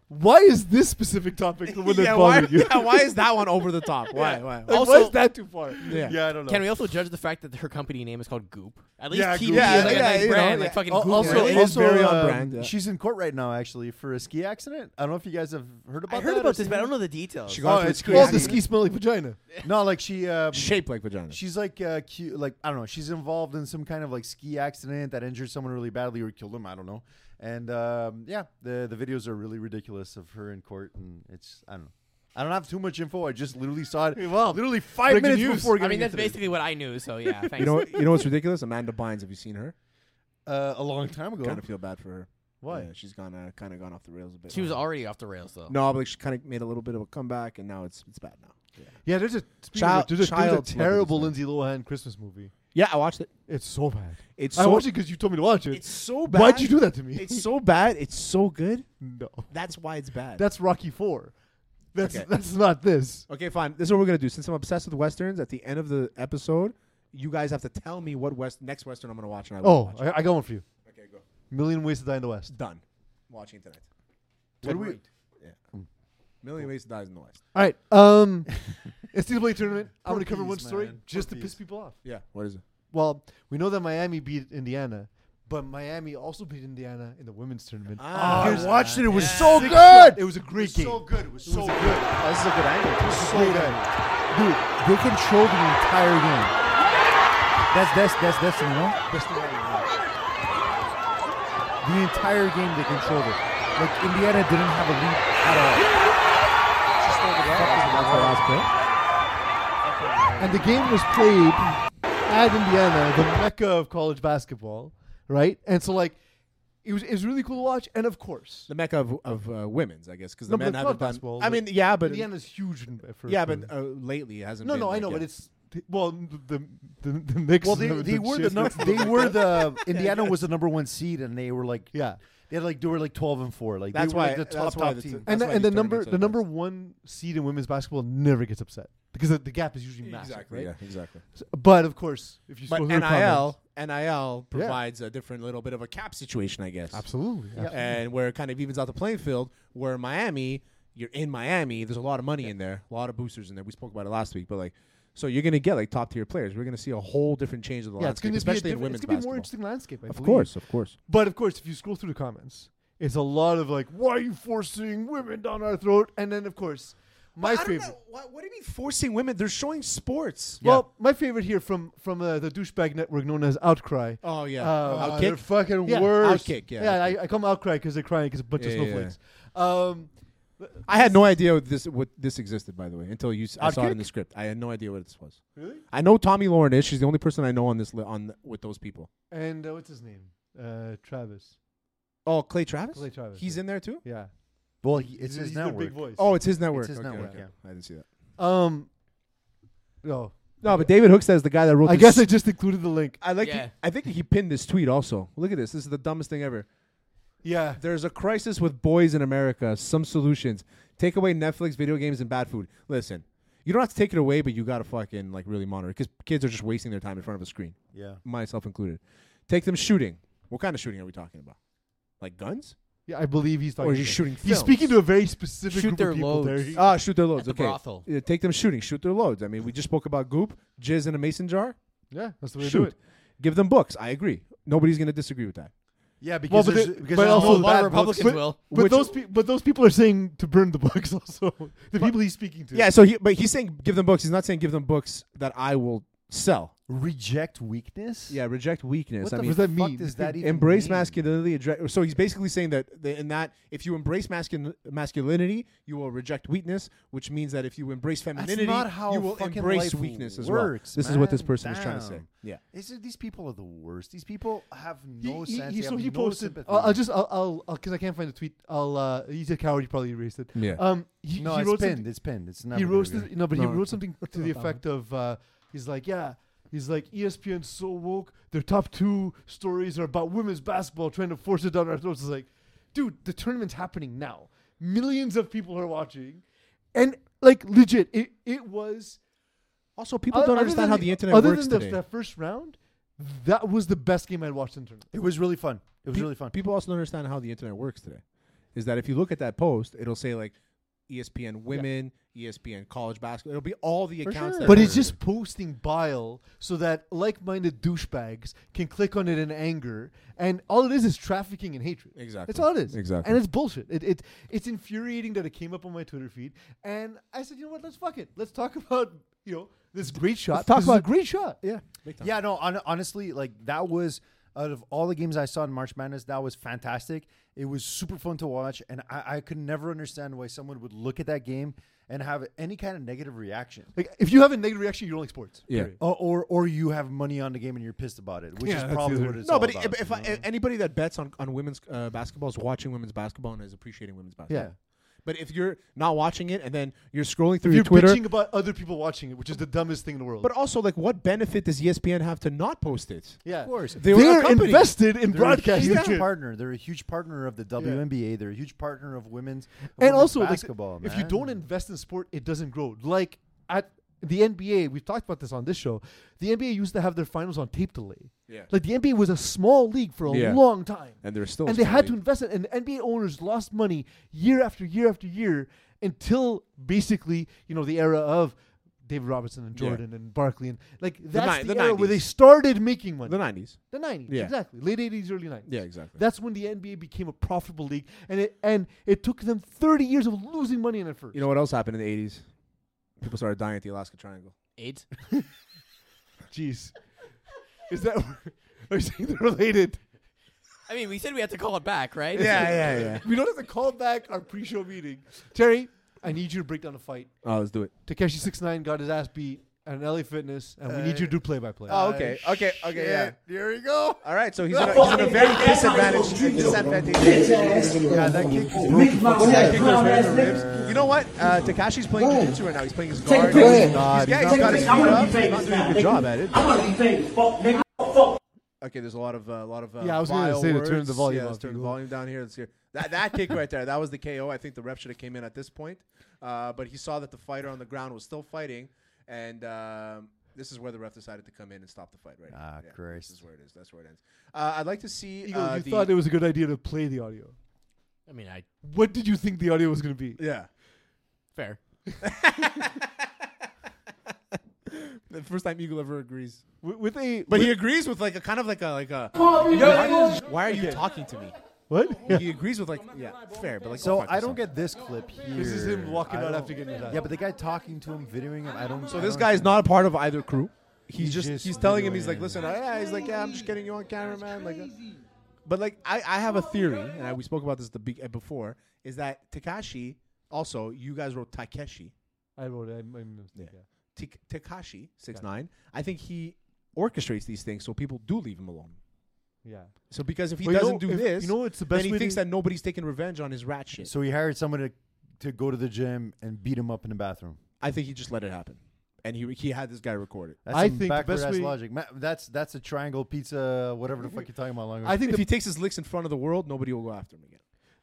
Speaker 1: Why is this specific topic the one that's
Speaker 2: yeah, why,
Speaker 1: bothering you?
Speaker 2: yeah, why is that one over the top? Why? Why?
Speaker 1: Like, why
Speaker 3: Also-
Speaker 1: is that too far?
Speaker 2: yeah.
Speaker 4: yeah, I don't know.
Speaker 3: Can we also judge the fact that her company name is called Goop? At least
Speaker 4: Yeah,
Speaker 3: TP
Speaker 4: Goop.
Speaker 3: is like
Speaker 2: Yeah,
Speaker 3: a nice
Speaker 2: yeah,
Speaker 3: brand,
Speaker 2: yeah.
Speaker 3: like fucking
Speaker 1: Al-
Speaker 3: Goop.
Speaker 1: also-
Speaker 3: really.
Speaker 2: It is
Speaker 4: also,
Speaker 2: very on
Speaker 4: um,
Speaker 2: brand, yeah.
Speaker 4: She's in court right now, actually, for a ski accident. I don't know if you guys have heard
Speaker 3: I
Speaker 4: about.
Speaker 3: heard
Speaker 4: that
Speaker 3: about
Speaker 4: or
Speaker 3: this, but I don't know the details.
Speaker 2: She
Speaker 4: Oh,
Speaker 2: got into a
Speaker 4: it's
Speaker 2: ski
Speaker 1: Well, the
Speaker 2: accident.
Speaker 1: ski smelling vagina.
Speaker 4: seen- No, like she, um,
Speaker 2: shaped like vagina.
Speaker 4: she's like, uh, cu like I don't know. She's involved in some kind of like ski accident that injured someone really badly or killed them. I don't know. And um, yeah, the the videos are really ridiculous of her in court, and it's I don't know. I don't have too much info. I just literally saw it.
Speaker 1: Well,
Speaker 4: literally five
Speaker 1: breaking
Speaker 4: minutes
Speaker 1: news.
Speaker 4: before.
Speaker 3: I mean,
Speaker 4: getting
Speaker 3: that's
Speaker 4: into this.
Speaker 3: basically what I knew. So yeah, thanks.
Speaker 2: You know, what- you know what's ridiculous? Amanda Bynes. Have you seen her?
Speaker 4: uh, a long time ago.
Speaker 2: Kind of feel bad for her.
Speaker 4: Why?
Speaker 2: Yeah, she's gone uh, kind of gone off the rails a bit. Uh,
Speaker 3: she was already off the rails though.
Speaker 2: no, but like, she kind of made a little bit of a comeback, and now it's it's bad now. Yeah,
Speaker 1: Yeah, there's a speaking
Speaker 2: Child-
Speaker 1: of, there's a, there's a
Speaker 2: child
Speaker 1: terrible
Speaker 2: level
Speaker 1: Lindsay Lohan Christmas movie.
Speaker 2: yeah I watched it.
Speaker 1: It's so bad.
Speaker 2: It's
Speaker 1: I
Speaker 2: so-
Speaker 1: watched it because you told me to watch it.
Speaker 2: It's so bad.
Speaker 1: Why'd you do that to me?
Speaker 2: It's so bad. It's so good.
Speaker 1: no,
Speaker 2: That's why it's bad.
Speaker 1: that's Rocky Four. That's
Speaker 2: Okay.
Speaker 1: that's not this.
Speaker 2: okay, fine. This is what we're gonna do. Since I'm obsessed with westerns, at the end of the episode, you guys have to tell me what west next western I'm gonna watch, and I will
Speaker 1: Oh,
Speaker 2: watch. it.
Speaker 1: I, I got one for you.
Speaker 2: okay, go.
Speaker 1: Million Ways to Die in the West.
Speaker 2: Done. watching it tonight.
Speaker 4: What do we?
Speaker 1: Hmm.
Speaker 2: Million Ways to Die in the West.
Speaker 1: All right. Um, NCAA tournament. I'm
Speaker 4: Poor
Speaker 1: going to cover one
Speaker 4: peas,
Speaker 1: story
Speaker 4: man.
Speaker 1: just
Speaker 4: Poor
Speaker 1: to
Speaker 4: peas.
Speaker 1: piss people off.
Speaker 2: Yeah. What is it?
Speaker 1: Well, we know that Miami beat Indiana, but Miami also beat Indiana in the women's tournament.
Speaker 4: Oh,
Speaker 1: Here's-
Speaker 4: I watched it. It was so
Speaker 1: Ah, Six-
Speaker 4: good.
Speaker 1: It was a great game.
Speaker 4: good. It was so good.
Speaker 2: this is a good angle.
Speaker 1: was
Speaker 4: so
Speaker 1: great
Speaker 4: good.
Speaker 1: Dude, they controlled the entire game.
Speaker 4: That's that's that's that's you know? The entire game they controlled it. Like Indiana didn't have a lead at all.
Speaker 2: That's the last
Speaker 1: And the game was played at Indiana, the mecca of college basketball, right? And so, like, it was, it was really cool to watch. And of course,
Speaker 2: The mecca of, of uh, women's, I guess, because the
Speaker 1: No, but
Speaker 2: men
Speaker 1: it's
Speaker 2: haven't
Speaker 1: not
Speaker 2: done.
Speaker 1: basketball,
Speaker 2: I
Speaker 1: but
Speaker 2: mean, yeah, but
Speaker 1: Indiana's huge. In, for,
Speaker 2: yeah,
Speaker 1: for-
Speaker 2: but uh, lately it hasn't.
Speaker 1: no,
Speaker 2: been
Speaker 1: no, I
Speaker 2: like
Speaker 1: know,
Speaker 2: it.
Speaker 1: but it's well, the the the, the Knicks.
Speaker 4: Well, they,
Speaker 1: haven't
Speaker 4: they
Speaker 1: done
Speaker 4: were the
Speaker 1: shit.
Speaker 4: num- they were the Indiana was the number one seed, and they were like
Speaker 1: yeah.
Speaker 4: they had like they were like twelve and four. Like
Speaker 2: That's
Speaker 4: they were
Speaker 2: why-
Speaker 4: like the
Speaker 2: that's
Speaker 4: top
Speaker 2: why
Speaker 4: top
Speaker 2: the t-
Speaker 4: team.
Speaker 1: and
Speaker 2: That's
Speaker 1: the,
Speaker 2: why
Speaker 1: and the
Speaker 2: these
Speaker 1: number
Speaker 2: tournaments are
Speaker 1: the
Speaker 2: the
Speaker 1: number one seed in women's basketball never gets upset because the, the gap is usually massive,
Speaker 2: exactly.
Speaker 1: right?
Speaker 2: Yeah, exactly.
Speaker 1: So- But of course, if you
Speaker 2: But
Speaker 1: scroll
Speaker 2: NIL
Speaker 1: through the comments-
Speaker 2: NIL provides a different little bit of a cap situation, I guess.
Speaker 1: absolutely, absolutely.
Speaker 2: And where it kind of evens out the playing field, where Miami, you're in Miami, there's a lot of money in there, a lot of boosters in there. We spoke about it last week, but like, so you're going to get like top tier players. We're going to see a whole different change of the
Speaker 1: yeah, it's
Speaker 2: landscape,
Speaker 1: going to be a
Speaker 2: especially in
Speaker 1: different,
Speaker 2: women's
Speaker 1: it's going to be
Speaker 2: basketball.
Speaker 1: more interesting landscape. I
Speaker 2: of
Speaker 1: believe.
Speaker 2: course, of course.
Speaker 1: but of course, if you scroll through the comments, it's a lot of like, "Why are you forcing women down our throat?" And then, of course, my favorite.
Speaker 2: What, what do you mean forcing women? They're showing sports.
Speaker 1: Well, my favorite here from from uh, the douchebag network known as Outcry.
Speaker 2: Oh yeah,
Speaker 1: Uh,
Speaker 2: Outkick?
Speaker 1: they're fucking
Speaker 2: Yeah,
Speaker 1: worse.
Speaker 2: Outkick, yeah,
Speaker 1: yeah. I, I come outcry because they're crying because a bunch of
Speaker 2: Yeah, yeah, yeah.
Speaker 1: snowflakes. Um,
Speaker 2: I had no idea what this what this existed by the way until you s I saw it in
Speaker 1: Outkick?
Speaker 2: the script. I had no idea what this was.
Speaker 1: Really?
Speaker 2: I know Tommy Lauren is. She's the only person I know on this li- on th- with those people.
Speaker 1: And uh, what's his name? Uh, Travis.
Speaker 2: Oh, Clay Travis.
Speaker 1: Clay Travis,
Speaker 2: He's
Speaker 1: yeah.
Speaker 2: in there too.
Speaker 1: Yeah.
Speaker 4: Well, he,
Speaker 1: He's-
Speaker 4: it's his
Speaker 1: he's got a
Speaker 4: network.
Speaker 1: big voice.
Speaker 2: Oh, it's his network.
Speaker 4: his
Speaker 2: Okay,
Speaker 4: network,
Speaker 2: okay. I didn't see that.
Speaker 1: Um. No.
Speaker 2: No, but David Hook says the guy that wrote.
Speaker 1: I
Speaker 2: this-
Speaker 1: guess I just included the link.
Speaker 2: I like.
Speaker 3: Yeah.
Speaker 2: I think he pinned this tweet also. Look at this. This is the dumbest thing ever.
Speaker 1: Yeah.
Speaker 2: There's a crisis with boys in America. Some solutions: take away Netflix, video games, and bad food. Listen, you don't have to take it away, but you gotta fucking like really monitor because kids are just wasting their time in front of a screen,
Speaker 4: Yeah.
Speaker 2: myself included. Take them shooting. What kind of shooting are we talking about? Like guns?
Speaker 1: Yeah. I believe he's talking.
Speaker 2: Or
Speaker 1: to
Speaker 2: is he
Speaker 1: them.
Speaker 2: shooting?
Speaker 1: He's
Speaker 2: films?
Speaker 1: speaking to a very specific
Speaker 3: Shoot
Speaker 1: group
Speaker 3: their
Speaker 1: of people.
Speaker 3: loads.
Speaker 1: There. Uh,
Speaker 2: Ah, shoot their loads.
Speaker 3: At the
Speaker 2: okay.
Speaker 3: brothel.
Speaker 2: Yeah, take them shooting. Shoot their loads. I mean, we just spoke about goop, jizz in a mason jar.
Speaker 1: Yeah, that's the way to do
Speaker 2: Shoot.
Speaker 1: it.
Speaker 2: Give them books. I agree. Nobody's gonna disagree with that.
Speaker 4: Yeah, because
Speaker 1: Well, but
Speaker 4: there's-
Speaker 1: the-
Speaker 4: because
Speaker 1: but
Speaker 4: there's
Speaker 1: also
Speaker 4: no
Speaker 3: a lot
Speaker 4: bad
Speaker 3: of
Speaker 4: books.
Speaker 3: Republicans
Speaker 1: But,
Speaker 3: will.
Speaker 1: but
Speaker 2: Which-
Speaker 1: those pe- but those people are saying to burn the books also. the people he's speaking to.
Speaker 2: Yeah. So, he, but he's saying give them books. He's not saying give them books that I will sell.
Speaker 4: Reject weakness.
Speaker 2: Yeah, reject weakness.
Speaker 4: What
Speaker 2: I
Speaker 4: the
Speaker 2: mean,
Speaker 1: does that
Speaker 4: fuck
Speaker 1: mean?
Speaker 4: does that even
Speaker 2: embrace
Speaker 4: mean?
Speaker 2: masculinity. addre- So he's basically saying that the, in that if you embrace mascul- masculinity, you will reject weakness, which means that if you embrace femininity,
Speaker 4: not how
Speaker 2: you will
Speaker 4: fucking
Speaker 2: embrace
Speaker 4: life
Speaker 2: weakness as
Speaker 4: works,
Speaker 2: well. This is what this
Speaker 4: man.
Speaker 2: person is trying to say.
Speaker 4: Damn.
Speaker 2: Yeah.
Speaker 4: Is it, these people are the worst. These people have
Speaker 1: He-
Speaker 4: no
Speaker 1: he-
Speaker 4: sense.
Speaker 1: he-
Speaker 4: they
Speaker 1: so
Speaker 4: have
Speaker 1: he
Speaker 4: no
Speaker 1: posted.
Speaker 4: sympathy.
Speaker 1: I'll, I'll just I'll I'll because I can't find the tweet. I'll uh, he's a coward. He probably erased it.
Speaker 2: Yeah.
Speaker 1: Um. He,
Speaker 4: no,
Speaker 1: he
Speaker 4: it's
Speaker 1: wrote
Speaker 4: pinned.
Speaker 1: something-
Speaker 4: It's pinned. It's not.
Speaker 1: He wrote this, no, but he
Speaker 2: No.
Speaker 1: wrote something to the effect of uh, he's like, yeah, He's like, ESPN's so woke. Their top two stories are about women's basketball trying to force it down our throats. It's like, dude, the tournament's happening now. Millions of people are watching. And, like, legit, it, it was.
Speaker 2: Also, people don't
Speaker 1: other
Speaker 2: understand
Speaker 1: than
Speaker 2: how the internet
Speaker 1: other
Speaker 2: works
Speaker 1: than the-
Speaker 2: today.
Speaker 1: that first round, that was the best game I'd watched in tournament.
Speaker 4: It was really fun. It was
Speaker 2: Pe-
Speaker 4: really fun.
Speaker 2: People also don't understand how the internet works today. Is that if you look at that post, it'll say like E ESPN Women, E ESPN College Basketball. It'll be all the accounts. That
Speaker 1: But
Speaker 2: are-
Speaker 1: it's just posting bile so that like-minded douchebags can click on it in anger, and all it is is trafficking and hatred.
Speaker 2: Exactly.
Speaker 1: That's all it is.
Speaker 2: Exactly.
Speaker 1: And it's bullshit. It, it it's infuriating that it came up on my Twitter feed, and I said, you know what? Let's fuck it. Let's talk about you know this great shot.
Speaker 2: talk
Speaker 1: this is
Speaker 2: about-
Speaker 1: a great shot.
Speaker 2: yeah.
Speaker 4: Yeah, no, hon- honestly, like that was out of all the games I saw in March Madness, that was fantastic. It was super fun to watch, and I, I could never understand why someone would look at that game and have any kind of negative reaction.
Speaker 1: Like if you have a negative reaction, you don't like sports.
Speaker 2: Yeah.
Speaker 1: period.
Speaker 4: Or, Oh, or, or you have money on the game and you're pissed about it, which
Speaker 1: Yeah,
Speaker 4: is
Speaker 1: that's
Speaker 4: probably
Speaker 1: the
Speaker 4: what
Speaker 1: other-
Speaker 4: it's
Speaker 2: No,
Speaker 4: all
Speaker 2: but
Speaker 4: about.
Speaker 2: if, if, I- if anybody that bets on on women's uh, basketball is watching women's basketball and is appreciating women's basketball.
Speaker 1: Yeah.
Speaker 2: But if you're not watching it and then you're scrolling through
Speaker 1: You're
Speaker 2: your Twitter,
Speaker 1: bitching about other people watching it, which is the dumbest thing in the world.
Speaker 2: but also like, what benefit does E ESPN have to not post it?
Speaker 1: yeah, of
Speaker 4: course.
Speaker 1: they
Speaker 2: They were a
Speaker 1: are
Speaker 2: company.
Speaker 1: invested in
Speaker 4: They're a
Speaker 1: broadcasting.
Speaker 4: huge
Speaker 1: dude.
Speaker 4: partner. They're a huge partner of the WNBA. They're a huge partner of women's
Speaker 1: and
Speaker 4: women's
Speaker 1: also like,
Speaker 4: basketball.
Speaker 1: if you
Speaker 4: man.
Speaker 1: don't invest in sport it doesn't grow like at the nba we've talked about this on this show the nba used to have their finals on tape delay
Speaker 2: Yeah.
Speaker 1: like the nba was a small league for a
Speaker 2: Yeah.
Speaker 1: long time
Speaker 2: And they're still a
Speaker 1: and they
Speaker 2: small
Speaker 1: had to
Speaker 2: league.
Speaker 1: invest in and nba owners lost money year after year after year until basically you know the era of David Robertson and
Speaker 2: Yeah.
Speaker 1: Jordan and Barkley and like
Speaker 2: ni-
Speaker 1: that's the,
Speaker 2: the
Speaker 1: era where they
Speaker 2: 90s.
Speaker 1: started making money.
Speaker 2: The nineties.
Speaker 1: The nineties,
Speaker 2: Yeah.
Speaker 1: exactly. Late eighties, early nineties.
Speaker 2: Yeah, exactly.
Speaker 1: That's when the NBA became a profitable league, and it and it took them thirty years of losing money in it first.
Speaker 2: You know what else happened in the eighties? People started dying at the Alaska Triangle.
Speaker 3: AIDS.
Speaker 1: jeez, is that are you saying they're related?
Speaker 3: I mean, we said we had to call it back, right?
Speaker 2: yeah, yeah.
Speaker 1: We don't have to call back our pre-show meeting, Terry. I need you to break down the fight.
Speaker 2: Oh, let's do it.
Speaker 1: Takeshi Six Nine got his ass beat at LA Fitness, and we need you to do play-by-play. Uh,
Speaker 2: Oh, okay, okay, okay, yeah.
Speaker 4: Here we go.
Speaker 2: All right, so he's, in a, he's in a very disadvantaged, disadvantaged.
Speaker 4: Yeah, that kick is
Speaker 2: Yeah, kick goes right in the ribs. You know what? Uh, Takashi's playing jiu-jitsu right now. He's playing his
Speaker 7: it
Speaker 2: guard.
Speaker 7: away.
Speaker 2: He's, not- yeah, he's got his feet up. He's not doing a good job at it. Okay, there's a lot of uh, a lot of uh,
Speaker 1: Yeah, I was gonna
Speaker 2: vile
Speaker 1: say to
Speaker 2: words.
Speaker 1: turn the volume
Speaker 2: yeah, let's
Speaker 1: up,
Speaker 2: turn the
Speaker 1: people.
Speaker 2: volume down here. Let's hear that that kick right there. That was the KO. I think the ref should have came in at this point, uh, but he saw that the fighter on the ground was still fighting, and um, this is where the ref decided to come in and stop the fight. Right.
Speaker 4: Ah,
Speaker 2: now. Yeah,
Speaker 4: Christ.
Speaker 2: this is where it is. That's where it ends. Uh, I'd like to see.
Speaker 1: Eagle,
Speaker 2: uh,
Speaker 1: you
Speaker 2: the-
Speaker 1: thought it was a good idea to play the audio.
Speaker 3: I mean, I
Speaker 1: What did you think the audio was going to be?
Speaker 2: yeah.
Speaker 3: fair.
Speaker 2: The first time Eagle ever agrees.
Speaker 1: With, with a
Speaker 2: But he agrees with like a kind of like a like a. Why are you talking to me?
Speaker 1: what? Yeah.
Speaker 2: He agrees with like yeah, fair, but like
Speaker 4: So
Speaker 2: oh, fuck
Speaker 4: I
Speaker 2: yourself.
Speaker 4: don't get this clip here.
Speaker 1: This is him walking
Speaker 4: I
Speaker 1: out
Speaker 4: don't-
Speaker 1: after getting his ass.
Speaker 4: Yeah, but the guy talking to him, videoing him, I don't.
Speaker 2: So this guy is not a part of either crew. He's,
Speaker 4: He's
Speaker 2: just,
Speaker 4: just
Speaker 2: he's telling him he's
Speaker 4: videoing
Speaker 2: like
Speaker 4: him.
Speaker 2: listen uh, yeah he's like yeah I'm just getting you on camera man like. uh, But like I, I have a theory and I, we spoke about this the big, uh, before is that Takashi also you guys wrote Takeshi
Speaker 1: I wrote it. I'm, I'm, yeah.
Speaker 2: Tik- Takashi six nine I think he orchestrates these things so people do leave him alone.
Speaker 1: yeah.
Speaker 2: So because if he
Speaker 1: Well, you
Speaker 2: doesn't
Speaker 1: know-
Speaker 2: do
Speaker 1: if-
Speaker 2: this,
Speaker 1: you know it's the
Speaker 2: then
Speaker 1: best
Speaker 2: he
Speaker 1: way
Speaker 2: thinks
Speaker 1: to-
Speaker 2: that nobody's taking revenge on his rat shit.
Speaker 4: So he hired someone to, to go to the gym and beat him up in the bathroom.
Speaker 2: I think he just let it happen, and he he had this guy record it.
Speaker 4: That's
Speaker 1: I
Speaker 4: some
Speaker 1: think the best
Speaker 4: backward ass
Speaker 1: way-
Speaker 4: logic. Ma- that's that's a triangle pizza, whatever the fuck you're talking about. Language.
Speaker 1: I think
Speaker 2: If
Speaker 1: the,
Speaker 2: he takes his licks in front of the world, nobody will go after him again.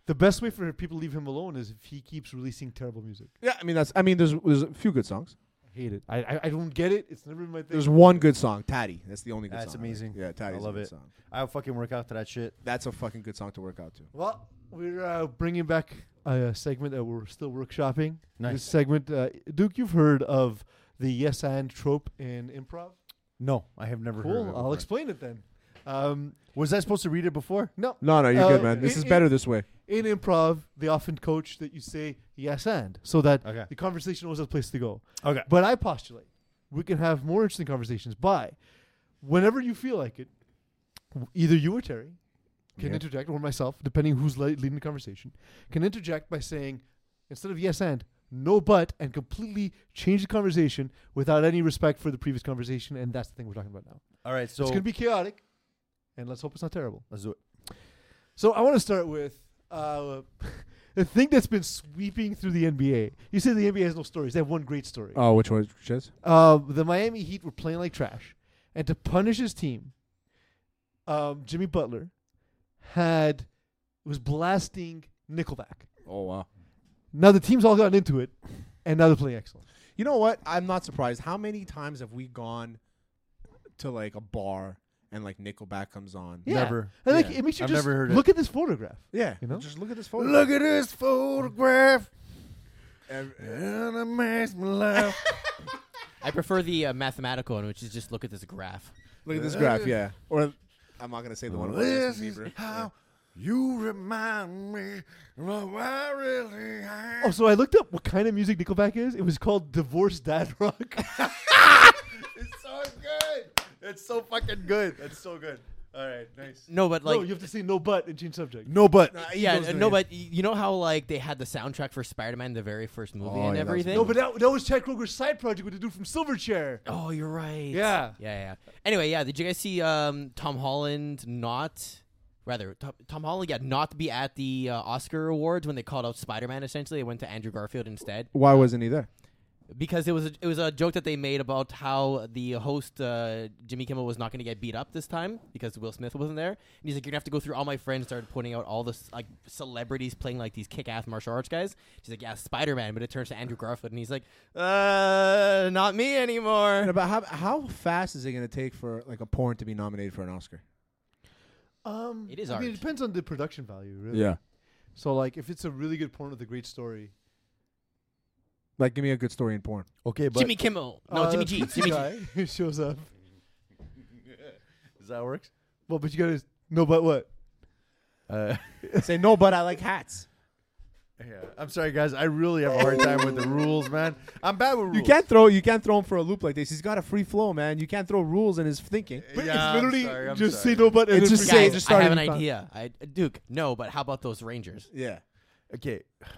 Speaker 1: the best way for people to leave him alone is if he keeps releasing terrible music.
Speaker 2: Yeah, I mean that's I mean there's there's a few good songs.
Speaker 1: I hate it. I I, I don't get it. It's never been my thing.
Speaker 2: There's one good song, Taddy. That's the only good
Speaker 4: that's
Speaker 2: song. I like.
Speaker 4: amazing.
Speaker 2: Yeah, Taddy.
Speaker 4: I love
Speaker 2: a good
Speaker 4: it.
Speaker 2: Song.
Speaker 4: I'll fucking work out to that shit.
Speaker 2: That's a fucking good song to work out to.
Speaker 1: well, we're uh, bringing back a segment that we're still workshopping.
Speaker 4: Nice.
Speaker 1: This segment, uh, Duke, you've heard of the yes and trope in improv.
Speaker 4: No, I have never heard.
Speaker 1: Cool.
Speaker 4: of it
Speaker 1: I'll
Speaker 4: before.
Speaker 1: explain it then. Um,
Speaker 4: Was I supposed to read it before?
Speaker 1: no,
Speaker 2: No, no, you're
Speaker 1: Uh,
Speaker 2: good, man. This
Speaker 1: it-
Speaker 2: is
Speaker 1: it-
Speaker 2: better this way.
Speaker 1: in improv, they often coach that you say yes and so that
Speaker 4: Okay.
Speaker 1: the conversation always has a place to go.
Speaker 4: Okay.
Speaker 1: But I postulate we can have more interesting conversations by whenever you feel like it, w- either you or Terry can
Speaker 2: Yeah.
Speaker 1: interject or myself, depending who's le- leading the conversation, can interject by saying instead of yes and no but and completely change the conversation without any respect for the previous conversation and that's the thing we're talking about now.
Speaker 4: All right. So
Speaker 1: it's going to be chaotic and let's hope it's not terrible.
Speaker 4: let's do it.
Speaker 1: So I want to start with uh, the thing that's been sweeping through the NBA. You said the NBA has no stories. They have one great story.
Speaker 2: Oh, which one? Which is?
Speaker 1: Uh, the Miami Heat were playing like trash, and to punish his team, um, Jimmy Butler had was blasting Nickelback.
Speaker 2: Oh wow.
Speaker 1: Now the team's all gotten into it, and now they're playing excellent.
Speaker 2: You know what? I'm not surprised. How many times have we gone to like a bar and like Nickelback comes on?
Speaker 1: Yeah.
Speaker 4: Never.
Speaker 1: And, like
Speaker 2: Yeah.
Speaker 1: it makes you
Speaker 4: I've
Speaker 1: just
Speaker 4: never heard it.
Speaker 1: look at this photograph.
Speaker 2: Yeah.
Speaker 1: You know?
Speaker 2: Just look at this photo.
Speaker 4: Look at this photograph.
Speaker 2: Ev-
Speaker 4: And it makes me laugh.
Speaker 3: I prefer the uh, mathematical one, which is just look at this graph.
Speaker 2: Look at this graph, yeah. Or I'm not gonna say the one about
Speaker 4: this
Speaker 2: Justin
Speaker 4: is
Speaker 2: Bieber.
Speaker 4: how you remind me of what I really am.
Speaker 1: Oh, so I looked up what kind of music Nickelback is. It was called Divorce Dad Rock.
Speaker 4: Oh, It's so good. It's so fucking good. That's so good. All right, nice.
Speaker 3: No, but like
Speaker 1: no, Oh, you have to say no but and change subject.
Speaker 4: No, but
Speaker 3: yeah, uh, no, but y- you know how like they had the soundtrack for Spider-Man, the very first movie,
Speaker 4: Oh,
Speaker 3: and
Speaker 4: yeah, that was
Speaker 3: everything.
Speaker 1: No, but that, that was Chad Kroger's side project with the dude from Silverchair.
Speaker 3: oh, you're right.
Speaker 1: Yeah.
Speaker 3: yeah, yeah. Anyway, yeah. Did you guys see um, Tom Holland not? Rather, Tom, Tom Holland got not be at the uh, Oscar awards when they called out Spider-Man. Essentially, it went to Andrew Garfield instead
Speaker 2: why wasn't he there?
Speaker 3: because it was a, it was a joke that they made about how the host uh, Jimmy Kimmel was not going to get beat up this time because Will Smith wasn't there. And he's like, "You're gonna have to go through all my friends." and Started pointing out all the s- like celebrities playing like these kick-ass martial arts guys. She's like, "Yeah, Spider Man," but it turns to Andrew Garfield, and he's like, "Uh, not me
Speaker 2: And
Speaker 3: anymore."
Speaker 2: about how how fast is it gonna take for like a porn to be nominated for an Oscar?
Speaker 1: Um,
Speaker 3: It is
Speaker 1: I mean, it
Speaker 3: art.
Speaker 1: depends on the production value, really. So, like, if it's a really good porn with a great story,
Speaker 2: Like give me a good story in porn.
Speaker 4: Okay, but
Speaker 3: Jimmy Kimmel, no,
Speaker 1: uh,
Speaker 3: Jimmy G,
Speaker 1: pizza
Speaker 3: Jimmy G.
Speaker 1: guy who shows up.
Speaker 4: Does that work?
Speaker 1: Well, but you gotta no, but what?
Speaker 4: Uh,
Speaker 2: Say no, but I like hats.
Speaker 4: yeah. I'm sorry, guys. I really have a hard time with the rules, man. I'm bad with rules.
Speaker 2: You can't throw you can't throw him for a loop like this. He's got a free flow, man. You can't throw rules in his thinking.
Speaker 1: But
Speaker 4: Yeah, I'm
Speaker 1: it's literally
Speaker 4: sorry, I'm
Speaker 1: just
Speaker 4: sorry.
Speaker 1: say no, but and
Speaker 2: It's
Speaker 1: then
Speaker 2: just
Speaker 1: forget
Speaker 2: say-
Speaker 1: it.
Speaker 3: Guys,
Speaker 2: just
Speaker 3: I
Speaker 2: started
Speaker 3: have an
Speaker 2: in front.
Speaker 3: idea. I, Duke, no, but how about those Rangers?
Speaker 2: Yeah.
Speaker 4: Okay.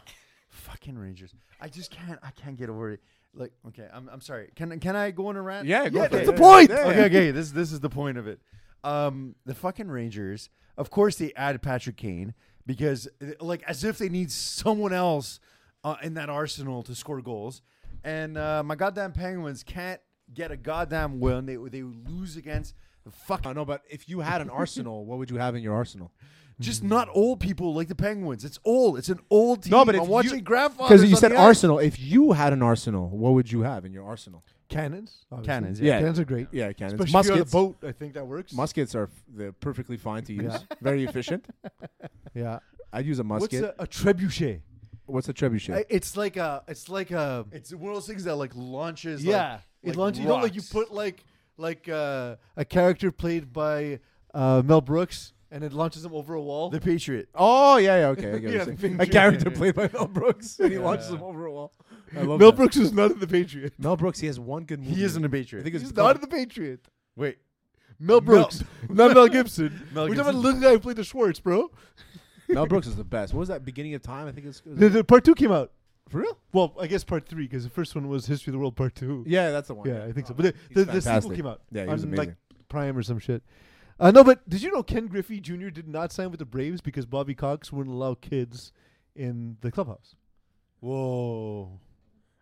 Speaker 4: Fucking Rangers. I just can't. I can't get over it. Like, okay, I'm, I'm sorry. Can can I go on a rant?
Speaker 2: Yeah, go
Speaker 4: yeah,
Speaker 2: for
Speaker 4: okay.
Speaker 2: it. Yeah, yeah, yeah.
Speaker 4: Okay, okay. This this is the point of it. Um, the fucking Rangers. Of course, they add Patrick Kane because, uh, like, as if they need someone else uh, in that arsenal to score goals. And uh, my goddamn Penguins can't get a goddamn win. They they lose against the fucking
Speaker 2: I know, but if you had an arsenal, what would you have in your arsenal?
Speaker 4: just not old people like the Penguins. It's old. It's an old team.
Speaker 2: Mm. No, but if
Speaker 4: I'm
Speaker 2: you-
Speaker 4: watching grandfathers.
Speaker 2: Because you
Speaker 4: on
Speaker 2: said
Speaker 4: the ice.
Speaker 2: arsenal. If you had an arsenal, what would you have in your arsenal?
Speaker 1: cannons. obviously.
Speaker 4: Cannons,
Speaker 2: yeah.
Speaker 1: cannons are great.
Speaker 2: Yeah, cannons.
Speaker 1: Especially if you're on a
Speaker 2: Muskets.
Speaker 1: boat. I think that works.
Speaker 2: Muskets are f- they're perfectly fine to use.
Speaker 1: Yeah.
Speaker 2: Very efficient.
Speaker 1: yeah.
Speaker 2: I'd use a
Speaker 1: What's
Speaker 2: musket.
Speaker 1: a, a trebuchet?
Speaker 2: What's a trebuchet?
Speaker 1: I- It's like a. It's like a.
Speaker 4: It's one of those things that like launches.
Speaker 1: yeah.
Speaker 4: like,
Speaker 1: it
Speaker 4: like
Speaker 1: launches. You know, like you
Speaker 4: rocks.
Speaker 1: put like like uh, a character played by uh, Mel Brooks, and it launches him over a wall.
Speaker 4: the Patriot.
Speaker 2: oh yeah, yeah, okay. I get
Speaker 1: Yeah,
Speaker 2: what you're saying.
Speaker 1: pink
Speaker 2: a
Speaker 1: shirt.
Speaker 2: character played by Mel Brooks, and he launches him over a wall. I love
Speaker 1: Mel
Speaker 2: that.
Speaker 1: Brooks is not in the Patriot.
Speaker 2: Mel Brooks. He has one good movie.
Speaker 4: He isn't a
Speaker 2: I
Speaker 4: Patriot.
Speaker 2: think it's
Speaker 1: He's
Speaker 2: called-
Speaker 1: not in the Patriot.
Speaker 4: Wait,
Speaker 1: Mel Brooks, not Mel Gibson.
Speaker 4: Mel
Speaker 1: We're talking about the
Speaker 4: Gibson.
Speaker 1: little guy who played the Schwartz, bro.
Speaker 2: Mel Brooks is the best. What was that? Beginning of time. I think it's
Speaker 1: The, the part two came out.
Speaker 2: for real.
Speaker 1: Well, I guess part three because the first one was History of the World Part Two.
Speaker 2: Yeah, that's the one.
Speaker 1: Yeah, I think so. But the, the, the sequel
Speaker 2: Um, fantastic.
Speaker 1: came out.
Speaker 2: Yeah, he was
Speaker 1: on,
Speaker 2: amazing.
Speaker 1: Like Prime or some shit. Uh, no, but did you know Ken Griffey Jr. did not sign with the Braves because Bobby Cox wouldn't allow kids in the clubhouse?
Speaker 4: Whoa.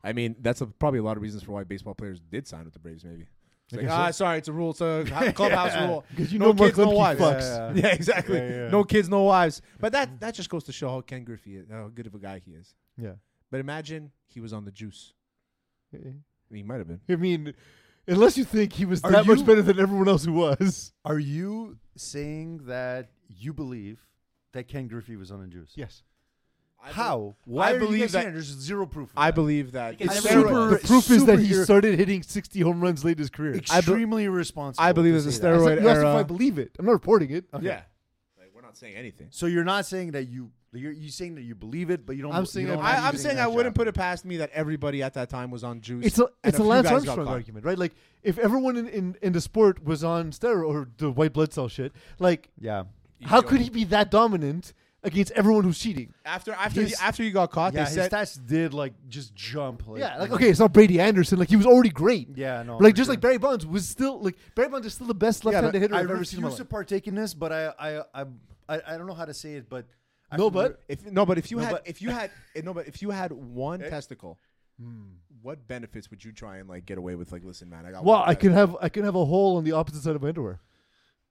Speaker 2: I mean, that's a, probably a lot of reasons for why baseball players did sign with the Braves. Maybe. It's
Speaker 1: I
Speaker 2: like,
Speaker 1: guess
Speaker 2: ah,
Speaker 1: so.
Speaker 2: sorry, it's a rule. It's a clubhouse rule.
Speaker 1: 'Cause you
Speaker 2: Oh, no
Speaker 1: know Mark
Speaker 2: kids, no
Speaker 1: Lemke
Speaker 2: wives.
Speaker 1: fucks.
Speaker 2: Yeah, yeah, yeah. Yeah, exactly.
Speaker 4: Yeah, yeah.
Speaker 2: No kids, no wives. But that that just goes to show how Ken Griffey, is, how good of a guy he is.
Speaker 1: Yeah.
Speaker 2: But imagine he was on the juice. He might have been.
Speaker 1: I mean, unless you think he was
Speaker 4: Are
Speaker 1: that
Speaker 4: you-
Speaker 1: much better than everyone else who was.
Speaker 4: Are you saying that you believe that Ken Griffey was on the juice?
Speaker 1: Yes.
Speaker 4: How? Why are you
Speaker 2: believe
Speaker 4: guys
Speaker 2: that-
Speaker 4: saying There's zero proof. of
Speaker 2: I
Speaker 4: that.
Speaker 2: believe that.
Speaker 3: Because
Speaker 2: I
Speaker 3: everyone-
Speaker 2: believe-
Speaker 4: Super-
Speaker 1: the proof is that he
Speaker 4: superhero-
Speaker 1: started hitting 60 home runs late in his career.
Speaker 2: I be-
Speaker 4: Extremely irresponsible.
Speaker 2: I believe
Speaker 4: to
Speaker 2: it's a
Speaker 4: say that.
Speaker 2: steroid
Speaker 1: you asked if I
Speaker 2: era.
Speaker 1: believe it. I'm not reporting it.
Speaker 2: Yeah. Like, we're not saying anything.
Speaker 4: So you're not saying that you you're, you're saying that you believe it, but you don't.
Speaker 1: I'm
Speaker 4: you
Speaker 1: saying
Speaker 4: don't
Speaker 1: I
Speaker 4: believe
Speaker 2: I, I'm
Speaker 4: it.
Speaker 2: saying I wouldn't put it past me that everybody at that time was on juice.
Speaker 1: It's a
Speaker 2: and
Speaker 1: it's a
Speaker 2: few
Speaker 1: Lance
Speaker 2: guys got
Speaker 1: Armstrong
Speaker 2: caught.
Speaker 1: argument, right? Like if everyone in, in, in the sport was on steroid or the white blood cell shit, like
Speaker 4: Yeah.
Speaker 1: how could he be that dominant against everyone who's cheating?
Speaker 2: After after
Speaker 1: His-
Speaker 2: he, after you got caught,
Speaker 4: Yeah.
Speaker 2: they
Speaker 4: His
Speaker 2: said
Speaker 4: stats did like just jump. Like,
Speaker 1: Yeah, like okay, it's not Brady Anderson. Like he was already great.
Speaker 4: Yeah, no,
Speaker 1: Like
Speaker 4: for
Speaker 1: just
Speaker 4: sure.
Speaker 1: like Barry Bonds was still like Barry Bonds is still the best left-handed hitter
Speaker 4: I
Speaker 1: I've ever seen. in my
Speaker 4: refuse to
Speaker 1: life.
Speaker 4: partake in this, but I I I I, I don't know how to say it, but I
Speaker 1: No,
Speaker 4: remember-
Speaker 1: but
Speaker 2: if no, but if you
Speaker 4: No,
Speaker 2: had
Speaker 4: but-
Speaker 2: if you had eh, no, but if you had one testicle
Speaker 4: Hmm.
Speaker 2: What benefits would you try and like get away with? Like, listen, man, I got.
Speaker 1: Well,
Speaker 2: one
Speaker 1: I
Speaker 2: bet.
Speaker 1: can have I can have a hole on the opposite side of my underwear.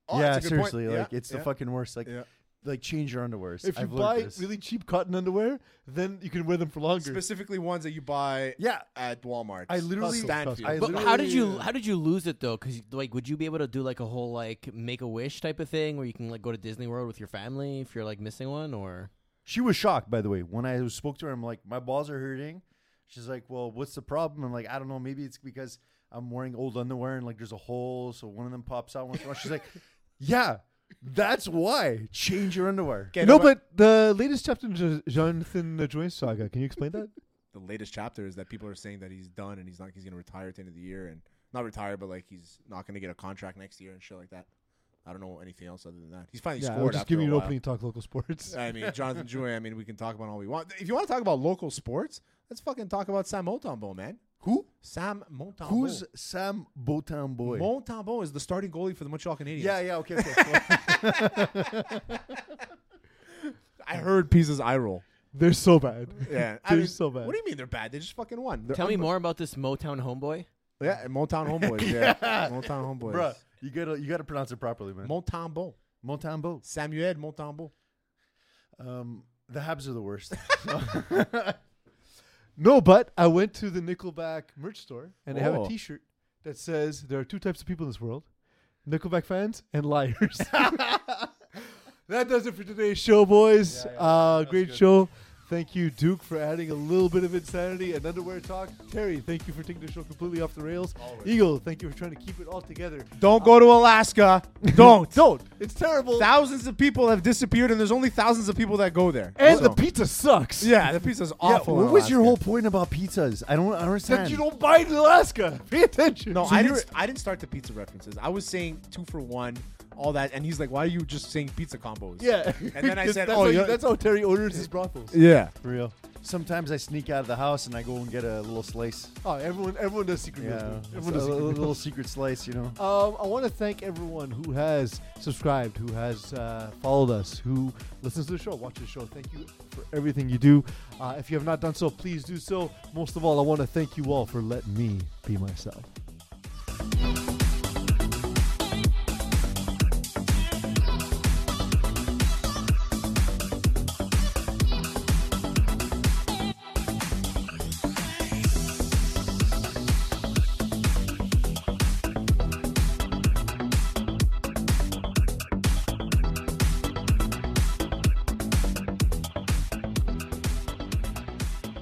Speaker 2: Oh,
Speaker 4: yeah,
Speaker 2: that's a good point.
Speaker 4: seriously,
Speaker 2: Yeah,
Speaker 4: like it's
Speaker 2: yeah.
Speaker 4: the fucking worst. Like,
Speaker 2: Yeah.
Speaker 4: like change your underwear.
Speaker 1: If you buy really cheap cotton underwear, then you can wear them for longer.
Speaker 2: specifically ones that you buy.
Speaker 4: yeah,
Speaker 2: At Walmart.
Speaker 4: I literally-
Speaker 2: Stanfield.
Speaker 4: I
Speaker 3: But how did you
Speaker 4: literally-
Speaker 3: how did you lose it though? Because like, would you be able to do like a whole like make a wish type of thing where you can like go to Disney World with your family if you're like missing one or?
Speaker 4: She was shocked, by the way. When I spoke to her, I'm like, my balls are hurting. She's like, well, what's the problem? I'm like, I don't know. Maybe it's because I'm wearing old underwear and like there's a hole, so one of them pops out once in a while. She's like, yeah, that's why. Change your underwear.
Speaker 2: Okay,
Speaker 1: no,
Speaker 2: now what-
Speaker 1: but the latest chapter in Jo- Jonathan uh, Joyce saga. Can you explain that?
Speaker 2: the latest chapter is that people are saying that he's done and he's not. He's gonna retire at the end of the year and not retire, but like he's not gonna get a contract next year and shit like that. I don't know anything else other than that. He's finally
Speaker 1: yeah,
Speaker 2: scored.
Speaker 1: we're just
Speaker 2: after
Speaker 1: giving
Speaker 2: a
Speaker 1: you an
Speaker 2: while.
Speaker 1: opening to talk local sports.
Speaker 2: I mean, Jonathan Drouin. I mean, we can talk about all we want. If you want to talk about local sports, let's fucking talk about Sam Montembeau, man.
Speaker 4: Who?
Speaker 2: Sam Montembeau.
Speaker 4: Who's Sam Botan boy?
Speaker 2: Montembeau is the starting goalie for the Montreal Canadiens.
Speaker 4: yeah, yeah, okay, okay. Well,
Speaker 2: I heard pieces eye roll.
Speaker 1: They're so bad.
Speaker 2: Yeah, I
Speaker 1: they're
Speaker 2: mean,
Speaker 1: so bad.
Speaker 2: What do you mean they're bad? They just fucking won. They're
Speaker 3: Tell me
Speaker 2: unbe-
Speaker 3: more about this Motown homeboy.
Speaker 2: Yeah, and Motown homeboys. Yeah, Motown homeboys.
Speaker 4: Bruh, you gotta you gotta pronounce it properly, man.
Speaker 2: Montembeau.
Speaker 4: Montambo.
Speaker 2: Samuel Montembeau.
Speaker 4: Um, the Habs are the worst.
Speaker 1: No, but I went to the Nickelback merch store and they have a
Speaker 2: Oh.
Speaker 1: T-shirt that says there are two types of people in this world: Nickelback fans and liars. that does it for today's show, boys. uh, great show. Thank you, Duke, for adding a little bit of insanity and underwear talk. Terry, thank you for taking the show completely off the rails. Eagle, thank you for trying to keep it all together.
Speaker 2: Don't go to Alaska. Don't.
Speaker 1: Don't. It's terrible.
Speaker 2: Thousands of people have disappeared, and there's only thousands of people that go there.
Speaker 1: and
Speaker 2: So-
Speaker 1: the pizza sucks.
Speaker 2: yeah, the pizza's
Speaker 4: yeah,
Speaker 2: awful. in
Speaker 4: what was your
Speaker 2: Alaska.
Speaker 4: whole point about pizzas? I don't I don't understand.
Speaker 1: That you don't buy in Alaska. Pay attention.
Speaker 2: No,
Speaker 1: So
Speaker 2: I
Speaker 1: you're-
Speaker 2: didn't. I didn't start the pizza references. I was saying two for one, all that, and he's like, "Why are you just saying pizza combos?"
Speaker 1: Yeah.
Speaker 2: And then I
Speaker 1: Because
Speaker 2: said,
Speaker 1: that's
Speaker 2: "Oh,
Speaker 1: how you-
Speaker 2: yeah."
Speaker 1: that's how Terry orders his brothels.
Speaker 2: yeah.
Speaker 1: For real.
Speaker 4: Sometimes I sneak out of the house and I go and get a little slice.
Speaker 1: Oh, everyone, everyone does secret meals.
Speaker 4: Yeah,
Speaker 1: man.
Speaker 4: a,
Speaker 1: Everyone does secret
Speaker 4: little,
Speaker 1: meals.
Speaker 4: little secret slice, you know.
Speaker 1: Um, I want to thank everyone who has subscribed, who has uh, followed us, who listens to the show, watches the show. Thank you for everything you do. Uh, if you have not done so, please do so. Most of all, I want to thank you all for letting me be myself.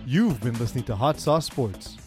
Speaker 1: You've been listening to Hot Sauce Sports.